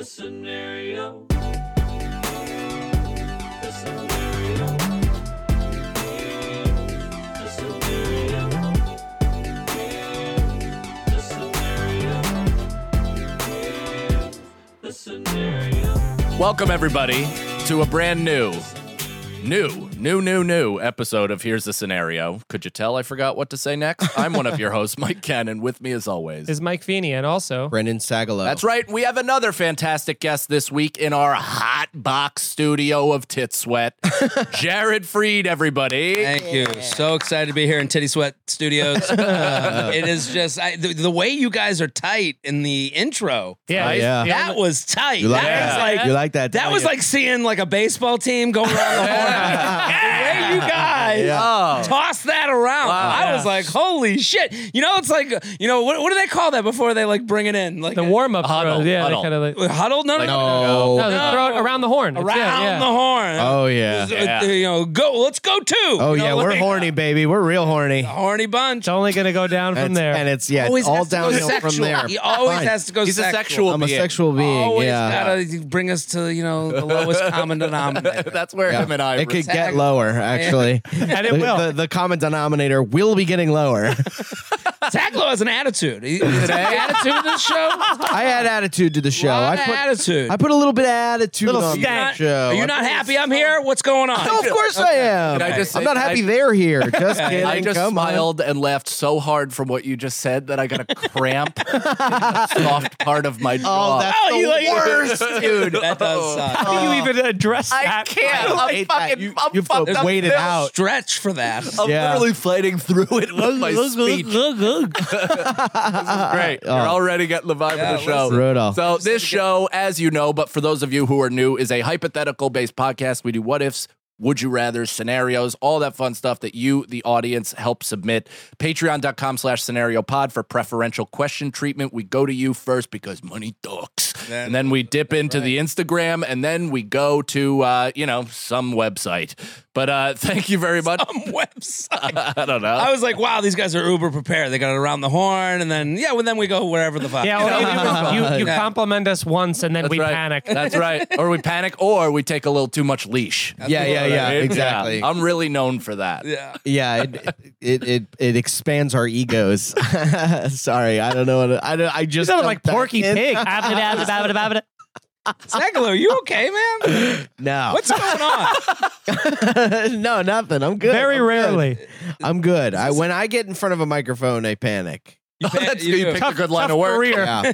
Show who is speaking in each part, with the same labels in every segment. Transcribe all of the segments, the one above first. Speaker 1: scenario. The scenario. The scenario. The scenario. The scenario.
Speaker 2: Welcome everybody to a brand new, new, new, new, new episode of Here's the Scenario. Could you tell I forgot what to say next? I'm one of your hosts, Mike Cannon. With me as always
Speaker 3: is Mike Feeney, and also
Speaker 4: Brendan Sagalow.
Speaker 2: That's right. We have another fantastic guest this week in our hot box studio of Tit Sweat. Jared Freed, everybody.
Speaker 5: Thank you. So excited to be here in Titty Sweat Studios. Uh, it is just I, the, the way you guys are tight in the intro.
Speaker 3: yeah,
Speaker 4: Oh, yeah.
Speaker 3: he's-
Speaker 5: That was tight.
Speaker 4: You like
Speaker 5: that
Speaker 4: that?
Speaker 5: was like
Speaker 4: you like that?
Speaker 5: that
Speaker 4: don't
Speaker 5: was
Speaker 4: you?
Speaker 5: like seeing like a baseball team go around the horn. The way you guys
Speaker 2: Oh.
Speaker 5: toss that around. I was like, holy shit. You know, it's like you know what, what do they call that before they like bring it in? Like
Speaker 3: the warm up
Speaker 2: Huddle,
Speaker 3: throw. Yeah,
Speaker 2: huddle.
Speaker 3: kind of like no,
Speaker 5: huddled? No, no,
Speaker 4: no.
Speaker 5: no.
Speaker 3: they throw it around the horn. It's-
Speaker 5: Around
Speaker 3: yeah, yeah.
Speaker 5: the horn.
Speaker 4: Oh yeah.
Speaker 5: Uh,
Speaker 2: Yeah.
Speaker 5: You know, go. Let's go two.
Speaker 4: Oh
Speaker 5: You know,
Speaker 4: yeah. We're
Speaker 5: like-
Speaker 4: horny, baby. We're real horny.
Speaker 5: Horny bunch.
Speaker 3: It's only gonna go down from
Speaker 4: And it's-
Speaker 3: there.
Speaker 4: and it's yeah,
Speaker 5: always
Speaker 4: it's all
Speaker 5: has to go
Speaker 4: downhill from
Speaker 5: sexual.
Speaker 4: there.
Speaker 5: He always
Speaker 4: Fine.
Speaker 5: has to go.
Speaker 2: He's a
Speaker 5: sexual.
Speaker 2: sexual
Speaker 4: I'm a
Speaker 2: being.
Speaker 4: sexual being.
Speaker 5: Always
Speaker 4: yeah.
Speaker 5: gotta bring us to you know the lowest common denominator.
Speaker 2: That's where him and I
Speaker 4: It could get
Speaker 5: Exactly.
Speaker 4: lower, actually.
Speaker 3: And it
Speaker 4: the,
Speaker 3: will.
Speaker 4: The, the common denominator will be getting lower.
Speaker 5: Taglow has an attitude. He, he's got an attitude in this show.
Speaker 4: I add attitude to the show.
Speaker 5: Lot
Speaker 4: I
Speaker 5: of
Speaker 4: put
Speaker 5: attitude.
Speaker 4: I put a little bit of attitude
Speaker 3: Little
Speaker 4: on
Speaker 3: stank.
Speaker 4: the
Speaker 3: Not-
Speaker 4: show.
Speaker 5: Are
Speaker 4: I
Speaker 5: you not happy I'm here? What's going on?
Speaker 4: No, of course I am.
Speaker 2: Can I just
Speaker 4: I'm
Speaker 2: say-
Speaker 4: not happy
Speaker 2: I-
Speaker 4: they're here. Just kidding.
Speaker 2: I just
Speaker 4: Come on.
Speaker 2: smiled and laughed so hard from what you just said that I got a cramp in the soft part of my jaw. Oh.
Speaker 4: Oh, that's
Speaker 5: Oh,
Speaker 4: the
Speaker 5: you like-
Speaker 4: worst, dude.
Speaker 5: That does suck.
Speaker 3: How do you even address
Speaker 2: I
Speaker 3: that?
Speaker 2: can't.
Speaker 4: I
Speaker 2: I'm
Speaker 4: hate that.
Speaker 2: fucking.
Speaker 4: You-
Speaker 2: I'm
Speaker 4: you've
Speaker 2: fucked up.
Speaker 4: waited out.
Speaker 5: Stretch for that.
Speaker 2: I'm
Speaker 4: Yeah.
Speaker 2: literally fighting through it with my speech. Great. You're already getting the vibe
Speaker 5: Yeah,
Speaker 2: of the show.
Speaker 4: listen. Brutal.
Speaker 2: So, this show, as you know, but for those of you who are new, is a hypothetical based podcast. We do what ifs, would you rather scenarios, all that fun stuff that you, the audience, help submit. Patreon.com slash scenario pod for preferential question treatment. We go to you first because money talks.
Speaker 5: That-
Speaker 2: and then we dip into the Instagram and then we go to, uh, you know, some website. But uh, thank you very much.
Speaker 5: Um, website.
Speaker 2: I don't know.
Speaker 5: I was like, wow, these guys are uber prepared. They got it around the horn, and then yeah, well, then we go wherever the fuck.
Speaker 3: Yeah, well, you, you, you
Speaker 5: Yeah.
Speaker 3: compliment us once and then we
Speaker 2: right.
Speaker 3: panic.
Speaker 2: That's right. Or we panic, or we take a little too much leash.
Speaker 4: Yeah, yeah, yeah.
Speaker 2: Right?
Speaker 4: Exactly.
Speaker 2: Yeah. I'm really known for that.
Speaker 5: yeah.
Speaker 4: yeah, it, it it it expands our egos. Sorry, I don't know what I don't, I
Speaker 3: You
Speaker 4: just
Speaker 3: sound like
Speaker 4: jumped back
Speaker 3: Porky
Speaker 4: in.
Speaker 3: Pig. That's
Speaker 5: Taglow, are you okay, man?
Speaker 4: No,
Speaker 5: What's going on?
Speaker 4: no, nothing. I'm good.
Speaker 3: Very
Speaker 4: I'm good.
Speaker 3: rarely.
Speaker 4: I'm good. I when I get in front of a microphone, I panic.
Speaker 2: That's
Speaker 5: you
Speaker 2: you,
Speaker 5: do.
Speaker 2: picked a good line of work.
Speaker 3: career.
Speaker 4: Yeah,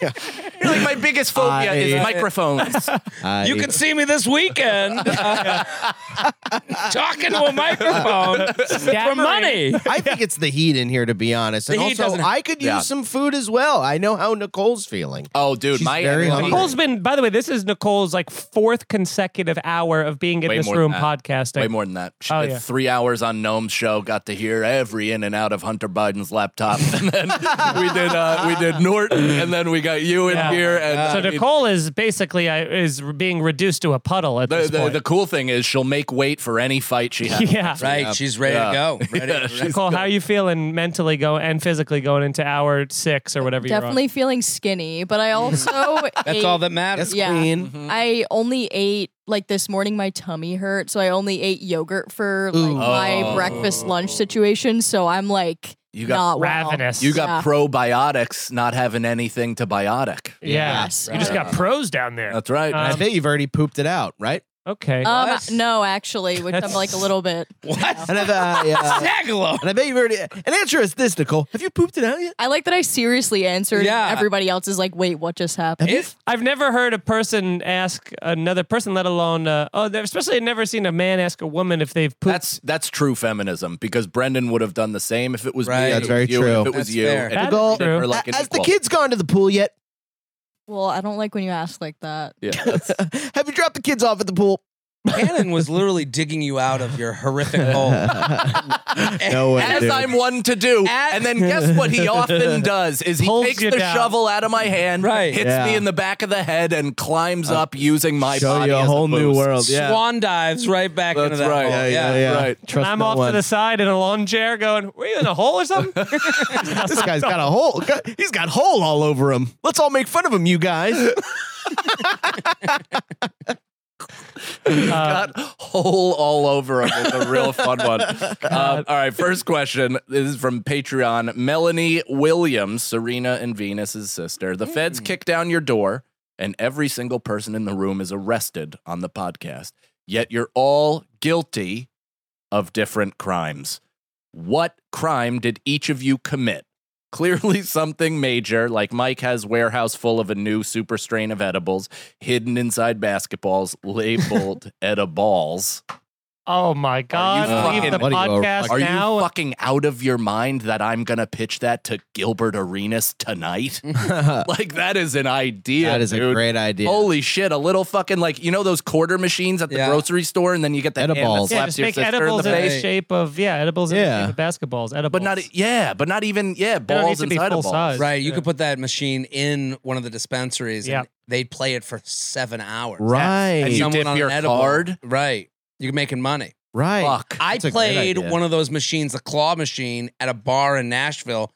Speaker 2: You're like, my biggest phobia
Speaker 4: I-
Speaker 2: is microphones.
Speaker 4: I-
Speaker 5: You can see me this weekend uh, talking to a microphone for
Speaker 3: Stammering.
Speaker 5: money.
Speaker 4: I think it's the heat in here, to be honest. And
Speaker 5: The heat
Speaker 4: also,
Speaker 5: doesn't-
Speaker 4: I could use
Speaker 2: Yeah.
Speaker 4: some food as well. I know how Nicole's feeling.
Speaker 2: oh, dude,
Speaker 4: She's
Speaker 2: my
Speaker 4: very hungry.
Speaker 3: Nicole's been, by the way, this is Nicole's like fourth consecutive hour of being in
Speaker 2: Way
Speaker 3: this
Speaker 2: more than
Speaker 3: room
Speaker 2: that.
Speaker 3: podcasting.
Speaker 2: Way more than that. She
Speaker 3: Oh,
Speaker 2: did
Speaker 3: yeah.
Speaker 2: three hours on Gnome's show, got to hear every in and out of Hunter Biden's laptop. And then we did uh, we did Norton, and then we got you in
Speaker 3: Yeah.
Speaker 2: here. And uh,
Speaker 3: So
Speaker 2: I mean,
Speaker 3: Nicole is basically uh, is being reduced to a puddle at
Speaker 2: the,
Speaker 3: this
Speaker 2: the,
Speaker 3: point.
Speaker 2: the cool thing is she'll make weight for any fight she has.
Speaker 3: yeah.
Speaker 5: Right, she's ready
Speaker 2: Yeah.
Speaker 5: to go. Ready,
Speaker 2: Yeah, she's-
Speaker 3: Nicole, how are you feeling mentally go and physically going into hour six or whatever
Speaker 6: definitely feeling skinny, but I also
Speaker 5: That's
Speaker 6: ate-
Speaker 5: all that matters.
Speaker 4: Yes,
Speaker 6: Yeah.
Speaker 4: queen.
Speaker 6: I only ate like this morning. My tummy hurt, so I only ate yogurt for like
Speaker 4: Ooh.
Speaker 6: my
Speaker 2: Oh.
Speaker 6: breakfast lunch situation. So I'm like
Speaker 2: You got
Speaker 6: not
Speaker 3: you're on?
Speaker 6: well.
Speaker 3: Ravenous.
Speaker 2: You got
Speaker 6: Yeah.
Speaker 2: probiotics not having anything to biotic.
Speaker 3: yeah.
Speaker 6: Yes.
Speaker 3: You just got pros down there.
Speaker 2: That's right.
Speaker 3: Uh,
Speaker 4: I bet you've already pooped it out, right?
Speaker 3: okay.
Speaker 6: Um,
Speaker 5: What?
Speaker 6: no, actually, which I'm
Speaker 3: That's-
Speaker 6: like a little bit.
Speaker 5: What?
Speaker 4: And I, uh, yeah.
Speaker 5: Taglow.
Speaker 4: and I bet you've already. An answer is this, Nicole. Have you pooped it out yet?
Speaker 6: I like that I seriously answered.
Speaker 5: Yeah.
Speaker 6: And everybody else is like, "Wait, what just happened?"
Speaker 5: If
Speaker 3: I've never heard a person ask another person, let alone uh, oh, they've- especially I've never seen a man ask a woman if they've pooped.
Speaker 2: That's that's true feminism because Brendan would have done the same if it was me.
Speaker 5: Right.
Speaker 2: if
Speaker 5: That's
Speaker 2: it
Speaker 4: very
Speaker 2: was you, and
Speaker 4: true.
Speaker 2: If it was
Speaker 5: That's
Speaker 2: you,
Speaker 5: fair.
Speaker 2: and
Speaker 3: That's
Speaker 2: treated
Speaker 3: true.
Speaker 2: her like an
Speaker 4: Has the
Speaker 2: equal.
Speaker 4: kids gone to the pool yet?
Speaker 6: Well, I don't like when you ask like that.
Speaker 2: Yeah, that's-
Speaker 4: Have you dropped the kids off at the pool?
Speaker 5: Hannon was literally digging you out of your horrific hole.
Speaker 4: no way.
Speaker 2: As
Speaker 4: dude.
Speaker 2: I'm one to do.
Speaker 5: At-
Speaker 2: and then guess what he often does is he
Speaker 3: Pulls
Speaker 2: takes
Speaker 3: you
Speaker 2: the
Speaker 3: down.
Speaker 2: shovel out of my hand,
Speaker 5: Right.
Speaker 2: hits
Speaker 4: Yeah. Uh,
Speaker 2: me in the back of the head, and climbs up using my
Speaker 4: show
Speaker 2: body
Speaker 4: you a
Speaker 2: as
Speaker 4: whole new
Speaker 2: boost.
Speaker 4: world. Yeah.
Speaker 5: Swan dives right back into
Speaker 2: That's
Speaker 5: that
Speaker 2: right.
Speaker 5: hole.
Speaker 4: yeah, yeah, yeah,
Speaker 2: Right.
Speaker 4: Trust
Speaker 3: I'm
Speaker 4: no
Speaker 3: off
Speaker 4: one.
Speaker 3: to the side in a lawn chair going, Were you in a hole or something?
Speaker 4: This guy's got a hole. He's got hole all over him. Let's all make fun of him, you guys.
Speaker 3: Uh,
Speaker 2: got hole all over him. It's a real fun one. Um, all right, first question. This is from Patreon. Melanie Williams, Serena and Venus's sister. The feds kick down your door, and every single person in the room is arrested on the podcast. Yet you're all guilty of different crimes. What crime did each of you commit? Clearly, something major, like Mike has warehouse full of a new super strain of edibles hidden inside basketballs labeled edibles.
Speaker 3: oh my God.
Speaker 2: fucking-
Speaker 3: Leave the
Speaker 4: what are you, a-
Speaker 3: podcast
Speaker 2: Are you
Speaker 3: now.
Speaker 2: fucking out of your mind that I'm gonna pitch that to Gilbert Arenas tonight?
Speaker 4: that
Speaker 2: like that is an idea.
Speaker 4: is a
Speaker 2: dude.
Speaker 4: great idea.
Speaker 2: Holy shit! A little fucking like you know those quarter machines at the
Speaker 5: Yeah.
Speaker 2: grocery store, and then you get that hand that
Speaker 4: Edibles.
Speaker 3: yeah,
Speaker 2: slaps
Speaker 3: just
Speaker 2: your
Speaker 3: make
Speaker 2: sister in the
Speaker 3: edibles in the,
Speaker 2: face.
Speaker 5: face.
Speaker 3: shape of, yeah, edibles in
Speaker 4: Yeah.
Speaker 3: the shape of basketballs. Edibles.
Speaker 2: But not e-, yeah, but not even yeah
Speaker 3: They don't need
Speaker 2: balls
Speaker 3: to be
Speaker 2: inside
Speaker 3: full
Speaker 2: of balls.
Speaker 3: size.
Speaker 5: Right. You
Speaker 3: Yeah.
Speaker 5: could put that machine in one of the dispensaries
Speaker 3: Yeah.
Speaker 5: and they'd play it for seven hours.
Speaker 4: right,
Speaker 2: And you
Speaker 5: Someone
Speaker 2: dip
Speaker 5: on an
Speaker 2: your
Speaker 5: edible.
Speaker 2: card?
Speaker 5: Right. You're making money.
Speaker 4: right.
Speaker 2: Fuck.
Speaker 5: I
Speaker 4: That's a great
Speaker 5: played
Speaker 4: idea.
Speaker 5: one of those machines, the claw machine, at a bar in Nashville.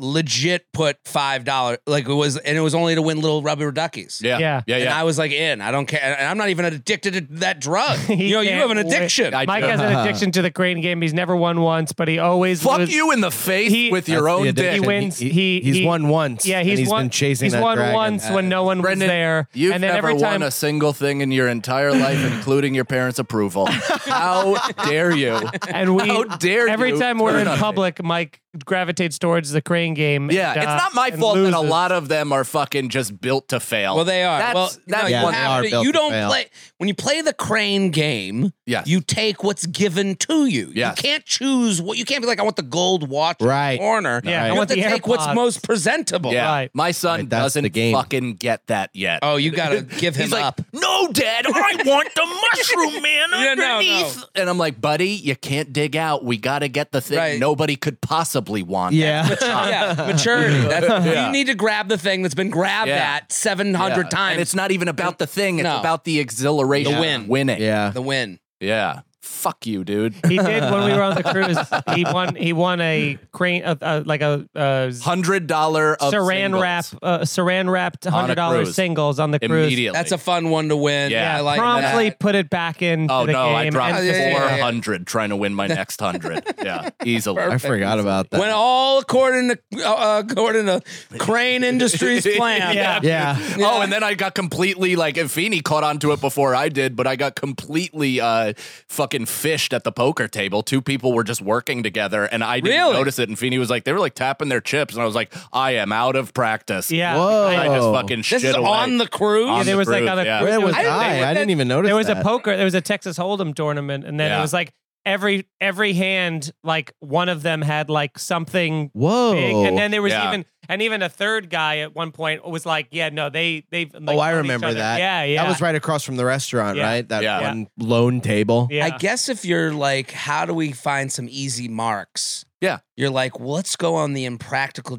Speaker 5: legit put five dollars, like it was, and it was only to win little rubber duckies.
Speaker 2: Yeah, yeah,
Speaker 3: Yeah.
Speaker 2: yeah.
Speaker 5: and I was like, in. I don't care, and I'm not even addicted to that drug.
Speaker 3: He
Speaker 5: you know, you
Speaker 3: can't
Speaker 5: have an
Speaker 3: wait.
Speaker 5: addiction.
Speaker 2: I-
Speaker 3: Mike has an addiction to the crane game. He's never won once, but he always
Speaker 2: Fuck
Speaker 3: lose-
Speaker 2: you in the face
Speaker 3: He-
Speaker 2: with
Speaker 4: That's
Speaker 2: your
Speaker 4: the
Speaker 2: own
Speaker 4: addiction.
Speaker 2: dick.
Speaker 3: He wins. He-
Speaker 4: he's
Speaker 3: he-
Speaker 4: won once.
Speaker 3: Yeah,
Speaker 4: and
Speaker 3: he's, won,
Speaker 4: been chasing
Speaker 3: He's
Speaker 4: that
Speaker 3: won
Speaker 4: dragon.
Speaker 3: once when no one
Speaker 2: Brendan,
Speaker 3: was there,
Speaker 2: You've
Speaker 3: and then
Speaker 2: never
Speaker 3: every time
Speaker 2: won a single thing in your entire life, including your parents' approval. How dare you?
Speaker 3: and we
Speaker 2: How dare
Speaker 3: every
Speaker 2: you
Speaker 3: time we're
Speaker 2: turn
Speaker 3: in
Speaker 2: on me.
Speaker 3: public, Mike gravitates towards the crane game.
Speaker 2: Yeah,
Speaker 3: and,
Speaker 2: it's
Speaker 3: uh,
Speaker 2: not my
Speaker 3: and
Speaker 2: fault that a
Speaker 3: loses.
Speaker 2: lot of them are fucking just built to fail.
Speaker 5: well, they are.
Speaker 2: That's,
Speaker 5: well,
Speaker 2: that's
Speaker 5: no, you,
Speaker 2: one
Speaker 4: they
Speaker 5: have
Speaker 4: are
Speaker 5: to-
Speaker 4: built
Speaker 5: you
Speaker 4: to
Speaker 5: don't
Speaker 4: fail.
Speaker 5: play when you play the crane game.
Speaker 2: Yes.
Speaker 5: you take what's given to you.
Speaker 2: Yes.
Speaker 5: You can't choose what you can't be like. I want the gold watch, in the
Speaker 4: Right.
Speaker 5: corner.
Speaker 3: Yeah, I
Speaker 5: you
Speaker 3: want
Speaker 5: have to
Speaker 3: the
Speaker 5: take what's
Speaker 3: AirPods.
Speaker 5: most presentable.
Speaker 2: Yeah,
Speaker 3: Right.
Speaker 2: my son
Speaker 4: Right, that's the
Speaker 2: doesn't
Speaker 4: game.
Speaker 2: fucking get that yet.
Speaker 5: Oh, you gotta give him
Speaker 2: He's like,
Speaker 5: up.
Speaker 2: no, Dad, I want the mushroom man
Speaker 5: Yeah, no, no.
Speaker 2: underneath. And I'm like, buddy, you can't dig out. We got to get the thing
Speaker 5: Right.
Speaker 2: nobody could possibly want.
Speaker 4: Yeah,
Speaker 5: yeah, maturity. That's,
Speaker 2: Yeah.
Speaker 5: You need to grab the thing that's been grabbed
Speaker 2: Yeah.
Speaker 5: at 700
Speaker 2: Yeah.
Speaker 5: times.
Speaker 2: And it's not even about the thing. It's
Speaker 5: No.
Speaker 2: about the exhilaration.
Speaker 5: The
Speaker 2: of
Speaker 5: win.
Speaker 2: Winning.
Speaker 4: yeah.
Speaker 5: the win.
Speaker 2: Yeah. Fuck you, dude.
Speaker 3: He did when we were on the cruise. He won. He won a crane, uh, uh, like a uh,
Speaker 2: Hundred dollar of
Speaker 3: saran
Speaker 2: singles.
Speaker 3: wrap, uh, saran wrapped
Speaker 2: a
Speaker 3: hundred dollars
Speaker 2: cruise.
Speaker 3: singles on the cruise.
Speaker 2: immediately.
Speaker 5: That's a fun one to win.
Speaker 2: Yeah.
Speaker 5: Yeah, I like
Speaker 3: promptly
Speaker 5: that.
Speaker 3: put it back in.
Speaker 2: Oh
Speaker 3: the
Speaker 2: no!
Speaker 3: game
Speaker 2: I dropped
Speaker 3: and
Speaker 5: yeah, yeah,
Speaker 2: four
Speaker 5: yeah.
Speaker 2: hundred trying to win my next hundred. yeah, easily.
Speaker 4: I forgot about that.
Speaker 5: Went all according to uh, according to Crane Industries plan.
Speaker 3: Yeah.
Speaker 4: yeah,
Speaker 2: Oh, and then I got completely like and Feeney caught on to it before I did, but I got completely uh fucking fished at the poker table. Two people were just working together, and I didn't
Speaker 5: Really?
Speaker 2: notice it. And Feeney was like, they were like tapping their chips, and I was like, I am out of practice.
Speaker 3: Yeah.
Speaker 4: Whoa.
Speaker 2: I just
Speaker 4: Oh.
Speaker 2: fucking
Speaker 5: This
Speaker 2: shit
Speaker 5: is
Speaker 2: away.
Speaker 5: on the cruise.
Speaker 2: On
Speaker 3: there was, like,
Speaker 2: cruise,
Speaker 3: on a
Speaker 2: yeah.
Speaker 3: cruise-
Speaker 4: where was
Speaker 3: I
Speaker 4: I?
Speaker 3: didn't-
Speaker 4: I, didn't even notice.
Speaker 3: there was
Speaker 4: that.
Speaker 3: a poker there was a texas hold'em tournament and then
Speaker 2: Yeah.
Speaker 3: it was like every every hand like one of them had like something
Speaker 4: Whoa!
Speaker 3: big and then there was
Speaker 2: Yeah.
Speaker 3: even and even a third guy at one point was like yeah no they they like,
Speaker 4: oh, I
Speaker 3: known each
Speaker 4: remember
Speaker 3: other.
Speaker 4: that.
Speaker 3: yeah yeah
Speaker 4: That was right across from the restaurant,
Speaker 3: Yeah.
Speaker 4: right? That
Speaker 2: Yeah.
Speaker 4: one lone table.
Speaker 3: yeah
Speaker 5: I guess if you're like, how do we find some easy marks?
Speaker 2: Yeah.
Speaker 5: You're like, well, let's go on the Impractical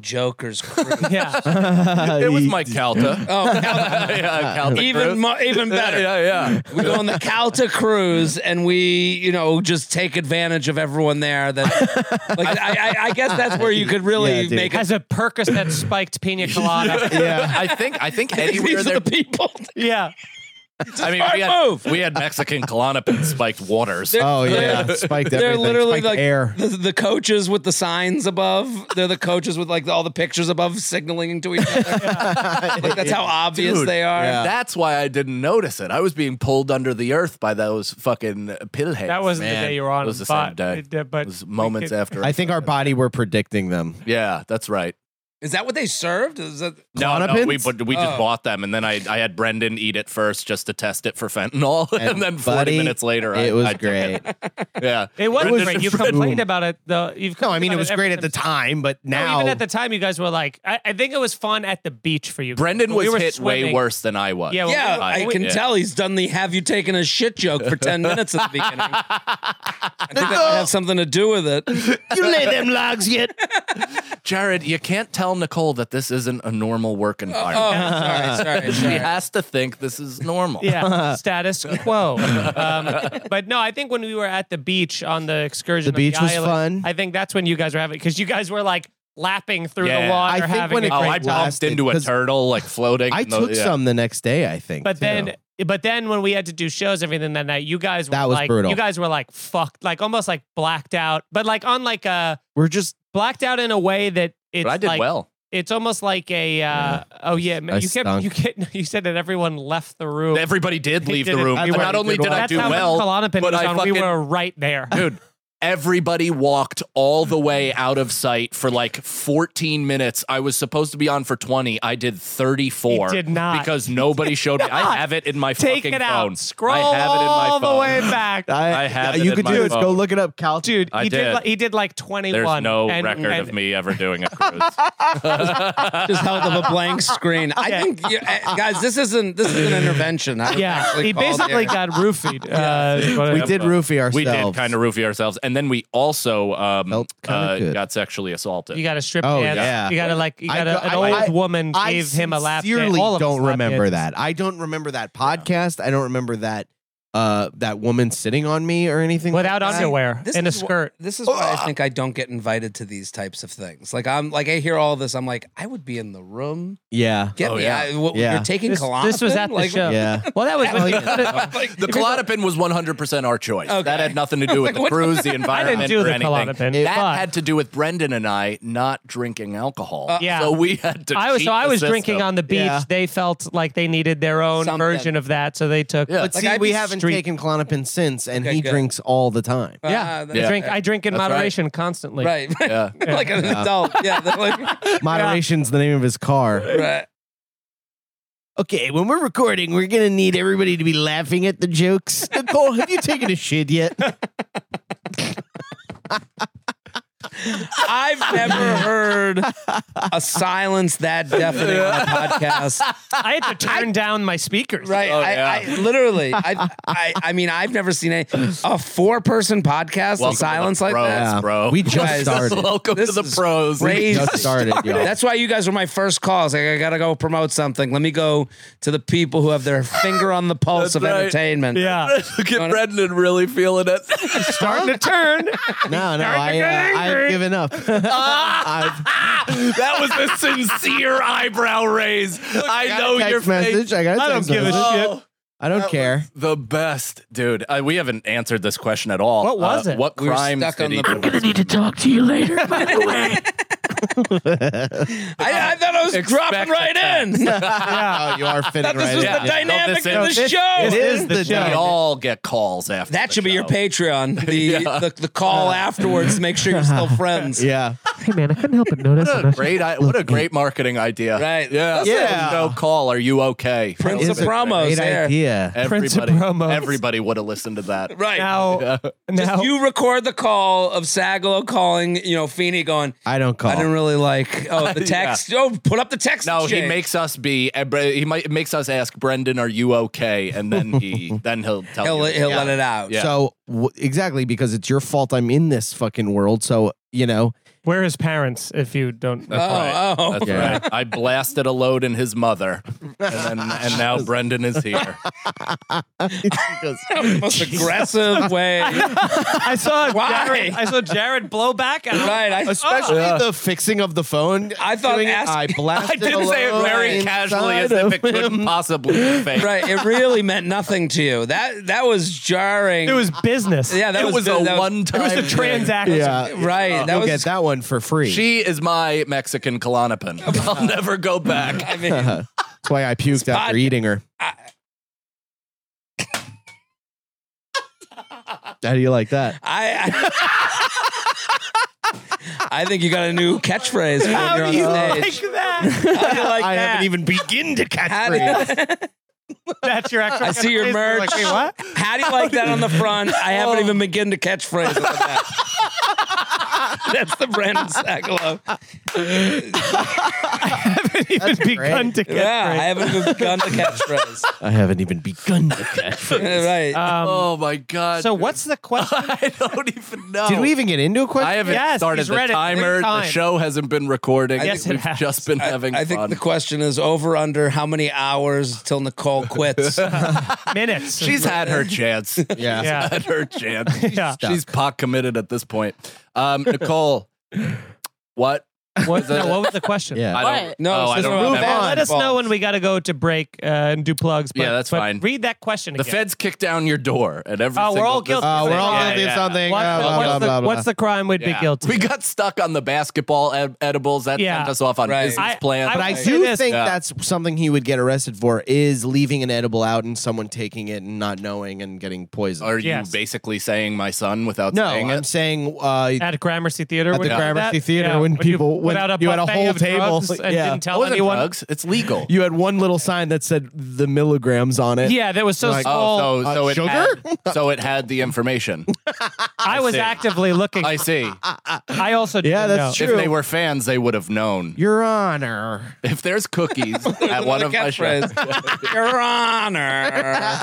Speaker 5: Jokers cruise.
Speaker 3: yeah
Speaker 2: It was Mike Calta.
Speaker 5: oh,
Speaker 2: yeah, Calta
Speaker 5: even
Speaker 2: cruise.
Speaker 5: mo- even better.
Speaker 2: Yeah, yeah.
Speaker 5: We go on the Calta cruise and we, you know, just take advantage of everyone there. That, like, I, I, I guess that's where you could
Speaker 4: Yeah,
Speaker 5: really
Speaker 4: dude.
Speaker 5: make it.
Speaker 3: has a percus that spiked pina colada
Speaker 4: yeah.
Speaker 2: I think I think anywhere
Speaker 5: These are
Speaker 2: there.
Speaker 5: the people.
Speaker 3: yeah
Speaker 2: I mean,
Speaker 5: smart
Speaker 2: we had
Speaker 5: move.
Speaker 2: we had Mexican Klonopin spiked waters.
Speaker 5: They're-
Speaker 4: Oh
Speaker 5: they're-
Speaker 4: yeah, spiked
Speaker 5: They're
Speaker 4: everything.
Speaker 5: literally
Speaker 4: spiked
Speaker 5: like
Speaker 4: air.
Speaker 5: The, the coaches with the signs above. They're the coaches with like all the pictures above signaling to each other. Like that's how obvious
Speaker 2: Dude,
Speaker 5: they are.
Speaker 4: yeah.
Speaker 2: That's why I didn't notice it. I was being pulled under the earth by those fucking pillheads.
Speaker 3: that wasn't
Speaker 2: man.
Speaker 3: the day you were on
Speaker 2: It was the
Speaker 3: but-
Speaker 2: same day.
Speaker 3: it- uh, but
Speaker 2: It was moments
Speaker 3: we could-
Speaker 2: after.
Speaker 4: I think our body were predicting them.
Speaker 2: Yeah, that's right.
Speaker 5: Is that what they served? Is that
Speaker 2: No, no, we
Speaker 4: Clonopins?
Speaker 2: but we just
Speaker 5: Oh.
Speaker 2: bought them, and then I, I had Brendan eat it first just to test it for fentanyl, and,
Speaker 4: And
Speaker 2: then forty
Speaker 4: buddy,
Speaker 2: minutes later, I,
Speaker 4: it was
Speaker 2: I took
Speaker 4: great.
Speaker 2: Yeah,
Speaker 3: It was
Speaker 2: Brendan-
Speaker 3: great. You complained about it though. You've
Speaker 4: No, I
Speaker 3: complained
Speaker 4: mean it
Speaker 3: about
Speaker 4: was great
Speaker 3: every
Speaker 4: at the
Speaker 3: time.
Speaker 4: time, but
Speaker 3: No,
Speaker 4: now
Speaker 3: even at the time, you guys were like, I, I think it was fun at the beach for you.
Speaker 2: Brendan
Speaker 3: When we
Speaker 2: was
Speaker 3: were
Speaker 2: hit way
Speaker 3: swimming-
Speaker 2: worse than I was.
Speaker 3: Yeah, well,
Speaker 5: Yeah,
Speaker 3: we-
Speaker 5: I
Speaker 3: we-
Speaker 5: can
Speaker 2: Oh, yeah.
Speaker 5: tell he's done the have you taken a shit joke for 10 minutes at the beginning. I think that might have something to do with it.
Speaker 4: you lay them logs yet.
Speaker 2: Jared, you can't tell Nicole that this isn't a normal work
Speaker 5: Oh,
Speaker 2: environment.
Speaker 5: sorry, sorry,
Speaker 2: She
Speaker 5: sorry.
Speaker 2: has to think this is normal.
Speaker 3: oh, Yeah, status quo. Um, but no, I think when we were at the beach on the excursion,
Speaker 4: The
Speaker 3: of
Speaker 4: beach was
Speaker 3: island,
Speaker 4: fun.
Speaker 3: I think that's when you guys were having because you guys were like lapping through
Speaker 2: Yeah.
Speaker 3: the water,
Speaker 4: I think
Speaker 3: having
Speaker 4: when
Speaker 3: a
Speaker 4: it-
Speaker 2: Oh,
Speaker 3: great
Speaker 2: I
Speaker 4: Great
Speaker 2: bumped
Speaker 4: lasted,
Speaker 2: into a
Speaker 4: 'cause
Speaker 2: turtle like floating.
Speaker 4: I
Speaker 2: in the-
Speaker 4: took
Speaker 2: yeah.
Speaker 4: some the next day, I think.
Speaker 3: But
Speaker 4: too.
Speaker 3: then, but then when we had to do shows, everything that night, you guys were
Speaker 4: That was
Speaker 3: like,
Speaker 4: brutal.
Speaker 3: you guys were like fucked, like almost like blacked out, but like on like a
Speaker 4: we're just
Speaker 3: blacked out in a way that it's
Speaker 2: But I did
Speaker 3: like,
Speaker 2: well.
Speaker 3: It's almost like a uh, oh yeah, man,
Speaker 4: I
Speaker 3: you kept
Speaker 4: stunk.
Speaker 3: you kept, you said that everyone left the room.
Speaker 2: Everybody did
Speaker 3: He
Speaker 2: leave
Speaker 3: did
Speaker 2: the
Speaker 3: it.
Speaker 2: room.
Speaker 4: Everybody
Speaker 2: not only
Speaker 4: did
Speaker 2: did I
Speaker 4: well.
Speaker 3: That's
Speaker 2: do
Speaker 3: how much
Speaker 2: well,
Speaker 3: Klonopin
Speaker 2: but
Speaker 3: was
Speaker 2: I
Speaker 3: on.
Speaker 2: fucking
Speaker 3: we were right there.
Speaker 2: dude everybody walked all the way out of sight for like 14 minutes i was supposed to be on for 20 i did 34
Speaker 3: He did not.
Speaker 2: because nobody showed me i
Speaker 3: not.
Speaker 2: have it in my
Speaker 3: Take
Speaker 2: fucking
Speaker 3: it out.
Speaker 2: phone
Speaker 3: Scroll
Speaker 2: I have it in my
Speaker 3: all the
Speaker 2: phone.
Speaker 3: way back.
Speaker 2: I have it
Speaker 4: You
Speaker 2: in
Speaker 4: could
Speaker 2: my
Speaker 4: do it. Go
Speaker 2: phone.
Speaker 4: look it up, Cal.
Speaker 3: Dude,
Speaker 2: I
Speaker 3: he did.
Speaker 2: did.
Speaker 3: like, he did like 21.
Speaker 2: there's no
Speaker 3: and-
Speaker 2: record
Speaker 3: and-
Speaker 2: of me ever doing a cruise
Speaker 5: Just held up a blank screen. I
Speaker 3: Yeah.
Speaker 5: think, you- uh, guys, this isn't this is an intervention. I
Speaker 3: Yeah,
Speaker 5: actually
Speaker 3: he
Speaker 5: called
Speaker 3: basically
Speaker 5: here.
Speaker 3: got roofied. Uh,
Speaker 4: We did roofie ourselves.
Speaker 2: we did kind of roofie ourselves and then we also um,
Speaker 4: Felt kinda
Speaker 2: uh,
Speaker 4: good.
Speaker 2: got sexually assaulted
Speaker 3: You got to strip
Speaker 4: Oh,
Speaker 3: dance.
Speaker 4: yeah.
Speaker 3: You got to like. You got
Speaker 4: I
Speaker 3: to
Speaker 4: go-
Speaker 3: an
Speaker 4: I-
Speaker 3: old
Speaker 4: I-
Speaker 3: woman
Speaker 4: I
Speaker 3: gave him a lap dance.
Speaker 4: sincerely
Speaker 3: All of us
Speaker 4: don't
Speaker 3: lap
Speaker 4: remember
Speaker 3: dances.
Speaker 4: that. I don't remember that podcast. I don't remember that uh that woman sitting on me or anything like
Speaker 3: Without
Speaker 4: that.
Speaker 3: underwear
Speaker 5: This
Speaker 3: in a
Speaker 5: is wh-
Speaker 3: skirt.
Speaker 5: this is why I think I don't get invited to these types of things. Like I'm like I hear all this. I'm like I would be in the room.
Speaker 4: Yeah.
Speaker 5: Get
Speaker 2: Oh,
Speaker 5: me.
Speaker 2: yeah.
Speaker 5: I- what-
Speaker 4: Yeah.
Speaker 5: You're taking
Speaker 3: This,
Speaker 5: Klonopin?
Speaker 3: this was at the
Speaker 5: Like, uh,
Speaker 3: show.
Speaker 4: Yeah.
Speaker 3: Well, that was when you put it.
Speaker 5: like,
Speaker 2: the Klonopin was 100% our choice.
Speaker 5: Okay.
Speaker 2: That had nothing to do with the
Speaker 5: What-
Speaker 2: cruise, the
Speaker 3: I
Speaker 2: environment,
Speaker 3: didn't do
Speaker 2: or
Speaker 3: the
Speaker 2: anything.
Speaker 3: Klonopin,
Speaker 2: That
Speaker 3: but-
Speaker 2: had to do with Brendan and I not drinking alcohol.
Speaker 3: Yeah.
Speaker 2: So we had to.
Speaker 3: Uh, I was
Speaker 2: cheat
Speaker 3: so I
Speaker 2: the
Speaker 3: was
Speaker 2: system.
Speaker 3: drinking on the beach.
Speaker 4: Yeah.
Speaker 3: They felt like they needed their own
Speaker 5: Something.
Speaker 3: version of that, so they took.
Speaker 2: Yeah.
Speaker 4: But
Speaker 5: Like,
Speaker 4: see,
Speaker 5: I'd
Speaker 4: we
Speaker 5: be
Speaker 4: haven't
Speaker 3: street-
Speaker 4: taken Klonopin since, and
Speaker 5: Okay,
Speaker 4: he
Speaker 5: good.
Speaker 4: drinks all the time.
Speaker 5: uh,
Speaker 3: Yeah,
Speaker 5: that's-
Speaker 3: I drink. I drink in
Speaker 2: That's right.
Speaker 3: moderation constantly.
Speaker 5: Right.
Speaker 2: Yeah.
Speaker 5: like an adult. Yeah. they're Like,
Speaker 4: Moderation's the name of his car.
Speaker 5: right.
Speaker 4: Okay, when we're recording, we're gonna need everybody to be laughing at the jokes. Nicole, have you taken a shit yet?
Speaker 5: I've never heard a silence that deafening on a podcast.
Speaker 3: I had to turn down my speakers.
Speaker 5: Right.
Speaker 2: Oh,
Speaker 5: I,
Speaker 2: yeah.
Speaker 5: I literally I, I I mean I've never seen a a four person podcast
Speaker 2: Welcome
Speaker 5: a
Speaker 2: to
Speaker 5: silence
Speaker 2: the
Speaker 5: like that.
Speaker 2: pros,
Speaker 4: Yeah.
Speaker 2: bro.
Speaker 4: We just
Speaker 5: Guys,
Speaker 4: started.
Speaker 2: Welcome
Speaker 5: This
Speaker 2: to the
Speaker 5: is
Speaker 2: pros.
Speaker 5: crazy.
Speaker 4: Just started, y'all.
Speaker 5: That's why you guys were my first calls. Like I gotta go promote something. Let me go to the people who have their finger on the
Speaker 2: That's
Speaker 5: pulse of
Speaker 2: right.
Speaker 5: entertainment.
Speaker 3: Yeah.
Speaker 2: Look at Brendan really feeling it.
Speaker 3: Starting to turn.
Speaker 4: No, no, I,
Speaker 3: get
Speaker 4: uh,
Speaker 3: angry.
Speaker 4: I've given up. I've
Speaker 2: that was a sincere eyebrow raise. I know
Speaker 4: text
Speaker 2: your face.
Speaker 4: message. I got a
Speaker 3: I don't
Speaker 4: text
Speaker 3: give a
Speaker 4: message.
Speaker 3: shit.
Speaker 4: I don't care.
Speaker 2: The best, dude. Uh, we haven't answered this question at all. Uh,
Speaker 3: What was it?
Speaker 2: What
Speaker 5: We were
Speaker 2: crimes
Speaker 5: stuck
Speaker 2: did
Speaker 5: on
Speaker 2: he
Speaker 5: the-
Speaker 2: do?
Speaker 5: I'm gonna
Speaker 6: need to talk to you later, by the way.
Speaker 5: I, I thought I was
Speaker 2: Expect
Speaker 5: dropping right
Speaker 2: attacks.
Speaker 5: in.
Speaker 4: Oh, you are fitting
Speaker 5: Thought this was
Speaker 4: right
Speaker 5: the
Speaker 4: in.
Speaker 5: dynamic
Speaker 2: this
Speaker 5: of
Speaker 2: is-
Speaker 5: the show.
Speaker 4: It is the
Speaker 2: We
Speaker 4: show.
Speaker 2: all get calls after.
Speaker 5: That
Speaker 2: the
Speaker 5: should be your
Speaker 2: show.
Speaker 5: Patreon. The, the the call afterwards to make sure you're still friends.
Speaker 4: Yeah.
Speaker 3: Hey man, I couldn't help but notice.
Speaker 2: What a great, i- what a great marketing idea.
Speaker 5: Right.
Speaker 2: Yeah.
Speaker 4: Yeah.
Speaker 2: No call. Are you okay?
Speaker 5: Prince of
Speaker 4: It's a
Speaker 5: promos
Speaker 4: Great
Speaker 5: there.
Speaker 4: idea.
Speaker 2: Everybody,
Speaker 3: Prince of promos.
Speaker 2: everybody would have listened to that.
Speaker 5: Right.
Speaker 3: Now, now
Speaker 5: Just you record the call of Sagalo calling, you know, Feeney going,
Speaker 4: I don't call.
Speaker 5: I didn't really like oh the
Speaker 2: Yeah.
Speaker 5: text. Oh, put up the text.
Speaker 2: No, he
Speaker 5: exchange.
Speaker 2: makes us be. eh, Bre- He might makes us ask Brendan, "Are you okay?" And then he, then he'll tell
Speaker 5: he'll,
Speaker 2: you.
Speaker 5: he'll
Speaker 2: Yeah.
Speaker 5: let it out.
Speaker 2: Yeah.
Speaker 4: So w- exactly because it's your fault. I'm in this fucking world. So you know.
Speaker 3: where his parents? If you don't,
Speaker 5: Oh,
Speaker 2: Right.
Speaker 5: oh.
Speaker 2: That's
Speaker 4: Yeah.
Speaker 2: right. I blasted a load in his mother, and, then, and now Brendan is here.
Speaker 5: most aggressive way. right.
Speaker 3: I saw
Speaker 5: Why?
Speaker 3: Jared. I saw Jared blow back. And
Speaker 5: I,
Speaker 4: Especially
Speaker 2: Yeah.
Speaker 4: the fixing of the phone.
Speaker 5: I thought
Speaker 4: doing it,
Speaker 5: ask-
Speaker 4: I blasted.
Speaker 2: I didn't say it
Speaker 4: alone
Speaker 2: very
Speaker 4: inside
Speaker 2: casually, as if
Speaker 4: of
Speaker 2: it couldn't
Speaker 4: him.
Speaker 2: possibly be fake.
Speaker 5: right. It really meant nothing to you. That that was jarring.
Speaker 3: it was business.
Speaker 5: yeah, that
Speaker 2: It was a
Speaker 5: that
Speaker 3: it
Speaker 2: one-time.
Speaker 3: was a
Speaker 2: thing.
Speaker 3: transaction.
Speaker 4: Yeah.
Speaker 5: Right. that
Speaker 4: You'll
Speaker 5: was
Speaker 4: get that one for free.
Speaker 2: She is my Mexican Klonopin. I'll never go back.
Speaker 5: I mean
Speaker 4: Uh-huh. That's why I puked after eating her. How do you like that?
Speaker 5: I, I I think you got a new catchphrase. for
Speaker 4: How
Speaker 5: when you're
Speaker 4: do you
Speaker 5: on stage.
Speaker 4: like that?
Speaker 5: How do you like
Speaker 4: I
Speaker 5: that?
Speaker 4: haven't even begin to catch
Speaker 5: How do you-
Speaker 4: phrase.
Speaker 3: That's your actual.
Speaker 5: I see your
Speaker 3: catchphrase? They're
Speaker 5: merch.
Speaker 3: Like, Wait, what?
Speaker 5: How do you like that on the front? I haven't
Speaker 2: Oh.
Speaker 5: even begun to catch phrase on the back. That's the Brandon Sakalo.
Speaker 3: Even begun to catch
Speaker 5: Yeah, I
Speaker 3: phrase.
Speaker 5: haven't even begun to catch phrase.
Speaker 4: I haven't even begun to catch phrase.
Speaker 5: right.
Speaker 3: Um,
Speaker 2: oh my
Speaker 4: Uh,
Speaker 2: god.
Speaker 3: so what's the question?
Speaker 2: I don't even know.
Speaker 4: Did we even get into a question?
Speaker 2: I haven't
Speaker 3: Yes,
Speaker 2: started
Speaker 3: he's
Speaker 2: the
Speaker 3: read it three
Speaker 2: timer. The
Speaker 3: times.
Speaker 2: show hasn't been recording.
Speaker 3: Yes, it
Speaker 2: We've
Speaker 3: has.
Speaker 2: just been
Speaker 5: I-
Speaker 2: having
Speaker 5: I, think
Speaker 2: fun.
Speaker 5: the question is over under how many hours till Nicole quits.
Speaker 3: Minutes.
Speaker 2: She's had her chance.
Speaker 4: yeah.
Speaker 3: Yeah.
Speaker 2: had her chance.
Speaker 3: Yeah.
Speaker 2: She's pot committed at this point. Um, Nicole, what?
Speaker 3: What, no, what was the question?
Speaker 4: Yeah.
Speaker 2: I don't.
Speaker 6: What?
Speaker 5: No,
Speaker 2: oh,
Speaker 5: it's
Speaker 2: I
Speaker 5: just
Speaker 2: don't
Speaker 5: move
Speaker 2: remember.
Speaker 5: on.
Speaker 3: Let us know
Speaker 5: Balls.
Speaker 3: when we got to go to break uh, and do plugs. But,
Speaker 2: Yeah, that's
Speaker 3: but
Speaker 2: fine.
Speaker 3: Read that question
Speaker 2: The
Speaker 3: again.
Speaker 2: feds kick down your door at every.
Speaker 3: Oh, we're
Speaker 2: single
Speaker 3: all guilty.
Speaker 4: Uh, we're all
Speaker 2: Yeah,
Speaker 4: guilty
Speaker 2: yeah.
Speaker 4: of something.
Speaker 3: What's,
Speaker 4: uh,
Speaker 3: the,
Speaker 4: blah,
Speaker 3: what's,
Speaker 4: blah,
Speaker 3: the,
Speaker 4: blah, blah.
Speaker 3: what's the crime we'd
Speaker 2: Yeah.
Speaker 3: be guilty?
Speaker 2: We
Speaker 3: of?
Speaker 2: got stuck on the basketball ed- edibles. That
Speaker 3: Yeah.
Speaker 2: sent us off on
Speaker 5: Right.
Speaker 2: business
Speaker 3: I-
Speaker 2: plans.
Speaker 3: I-
Speaker 4: But I
Speaker 3: Right.
Speaker 4: do
Speaker 3: It is-
Speaker 4: think
Speaker 2: Yeah.
Speaker 4: that's something he would get arrested for is leaving an edible out and someone taking it and not knowing and getting poisoned.
Speaker 2: Are
Speaker 3: Yes.
Speaker 2: you basically saying my son without
Speaker 4: no,
Speaker 2: saying
Speaker 4: I'm
Speaker 2: it?
Speaker 4: saying uh,
Speaker 3: at Gramercy Theater.
Speaker 4: At
Speaker 3: when
Speaker 4: the
Speaker 3: you did
Speaker 4: Gramercy
Speaker 3: that?
Speaker 4: Theater when people- when
Speaker 3: without
Speaker 4: you had a
Speaker 3: buffet
Speaker 4: whole
Speaker 3: of
Speaker 4: table.
Speaker 3: drugs and
Speaker 4: Yeah.
Speaker 3: didn't
Speaker 2: It
Speaker 3: tell
Speaker 2: wasn't
Speaker 3: anyone.
Speaker 2: drugs. It's legal.
Speaker 4: you had one little sign that said the milligrams on it.
Speaker 3: Yeah, that was so
Speaker 4: Like,
Speaker 3: small.
Speaker 2: oh, so
Speaker 4: uh,
Speaker 2: so it
Speaker 4: sugar?
Speaker 2: Had, so it had the information.
Speaker 3: I was
Speaker 2: see.
Speaker 3: actively looking.
Speaker 2: I
Speaker 3: I,
Speaker 2: see.
Speaker 3: also didn't
Speaker 4: Yeah, that's
Speaker 3: know.
Speaker 2: If they were fans, they would have known.
Speaker 4: Your Honor.
Speaker 2: If there's cookies at one
Speaker 5: Another
Speaker 2: of my shows,
Speaker 5: catchphrase. Your Honor.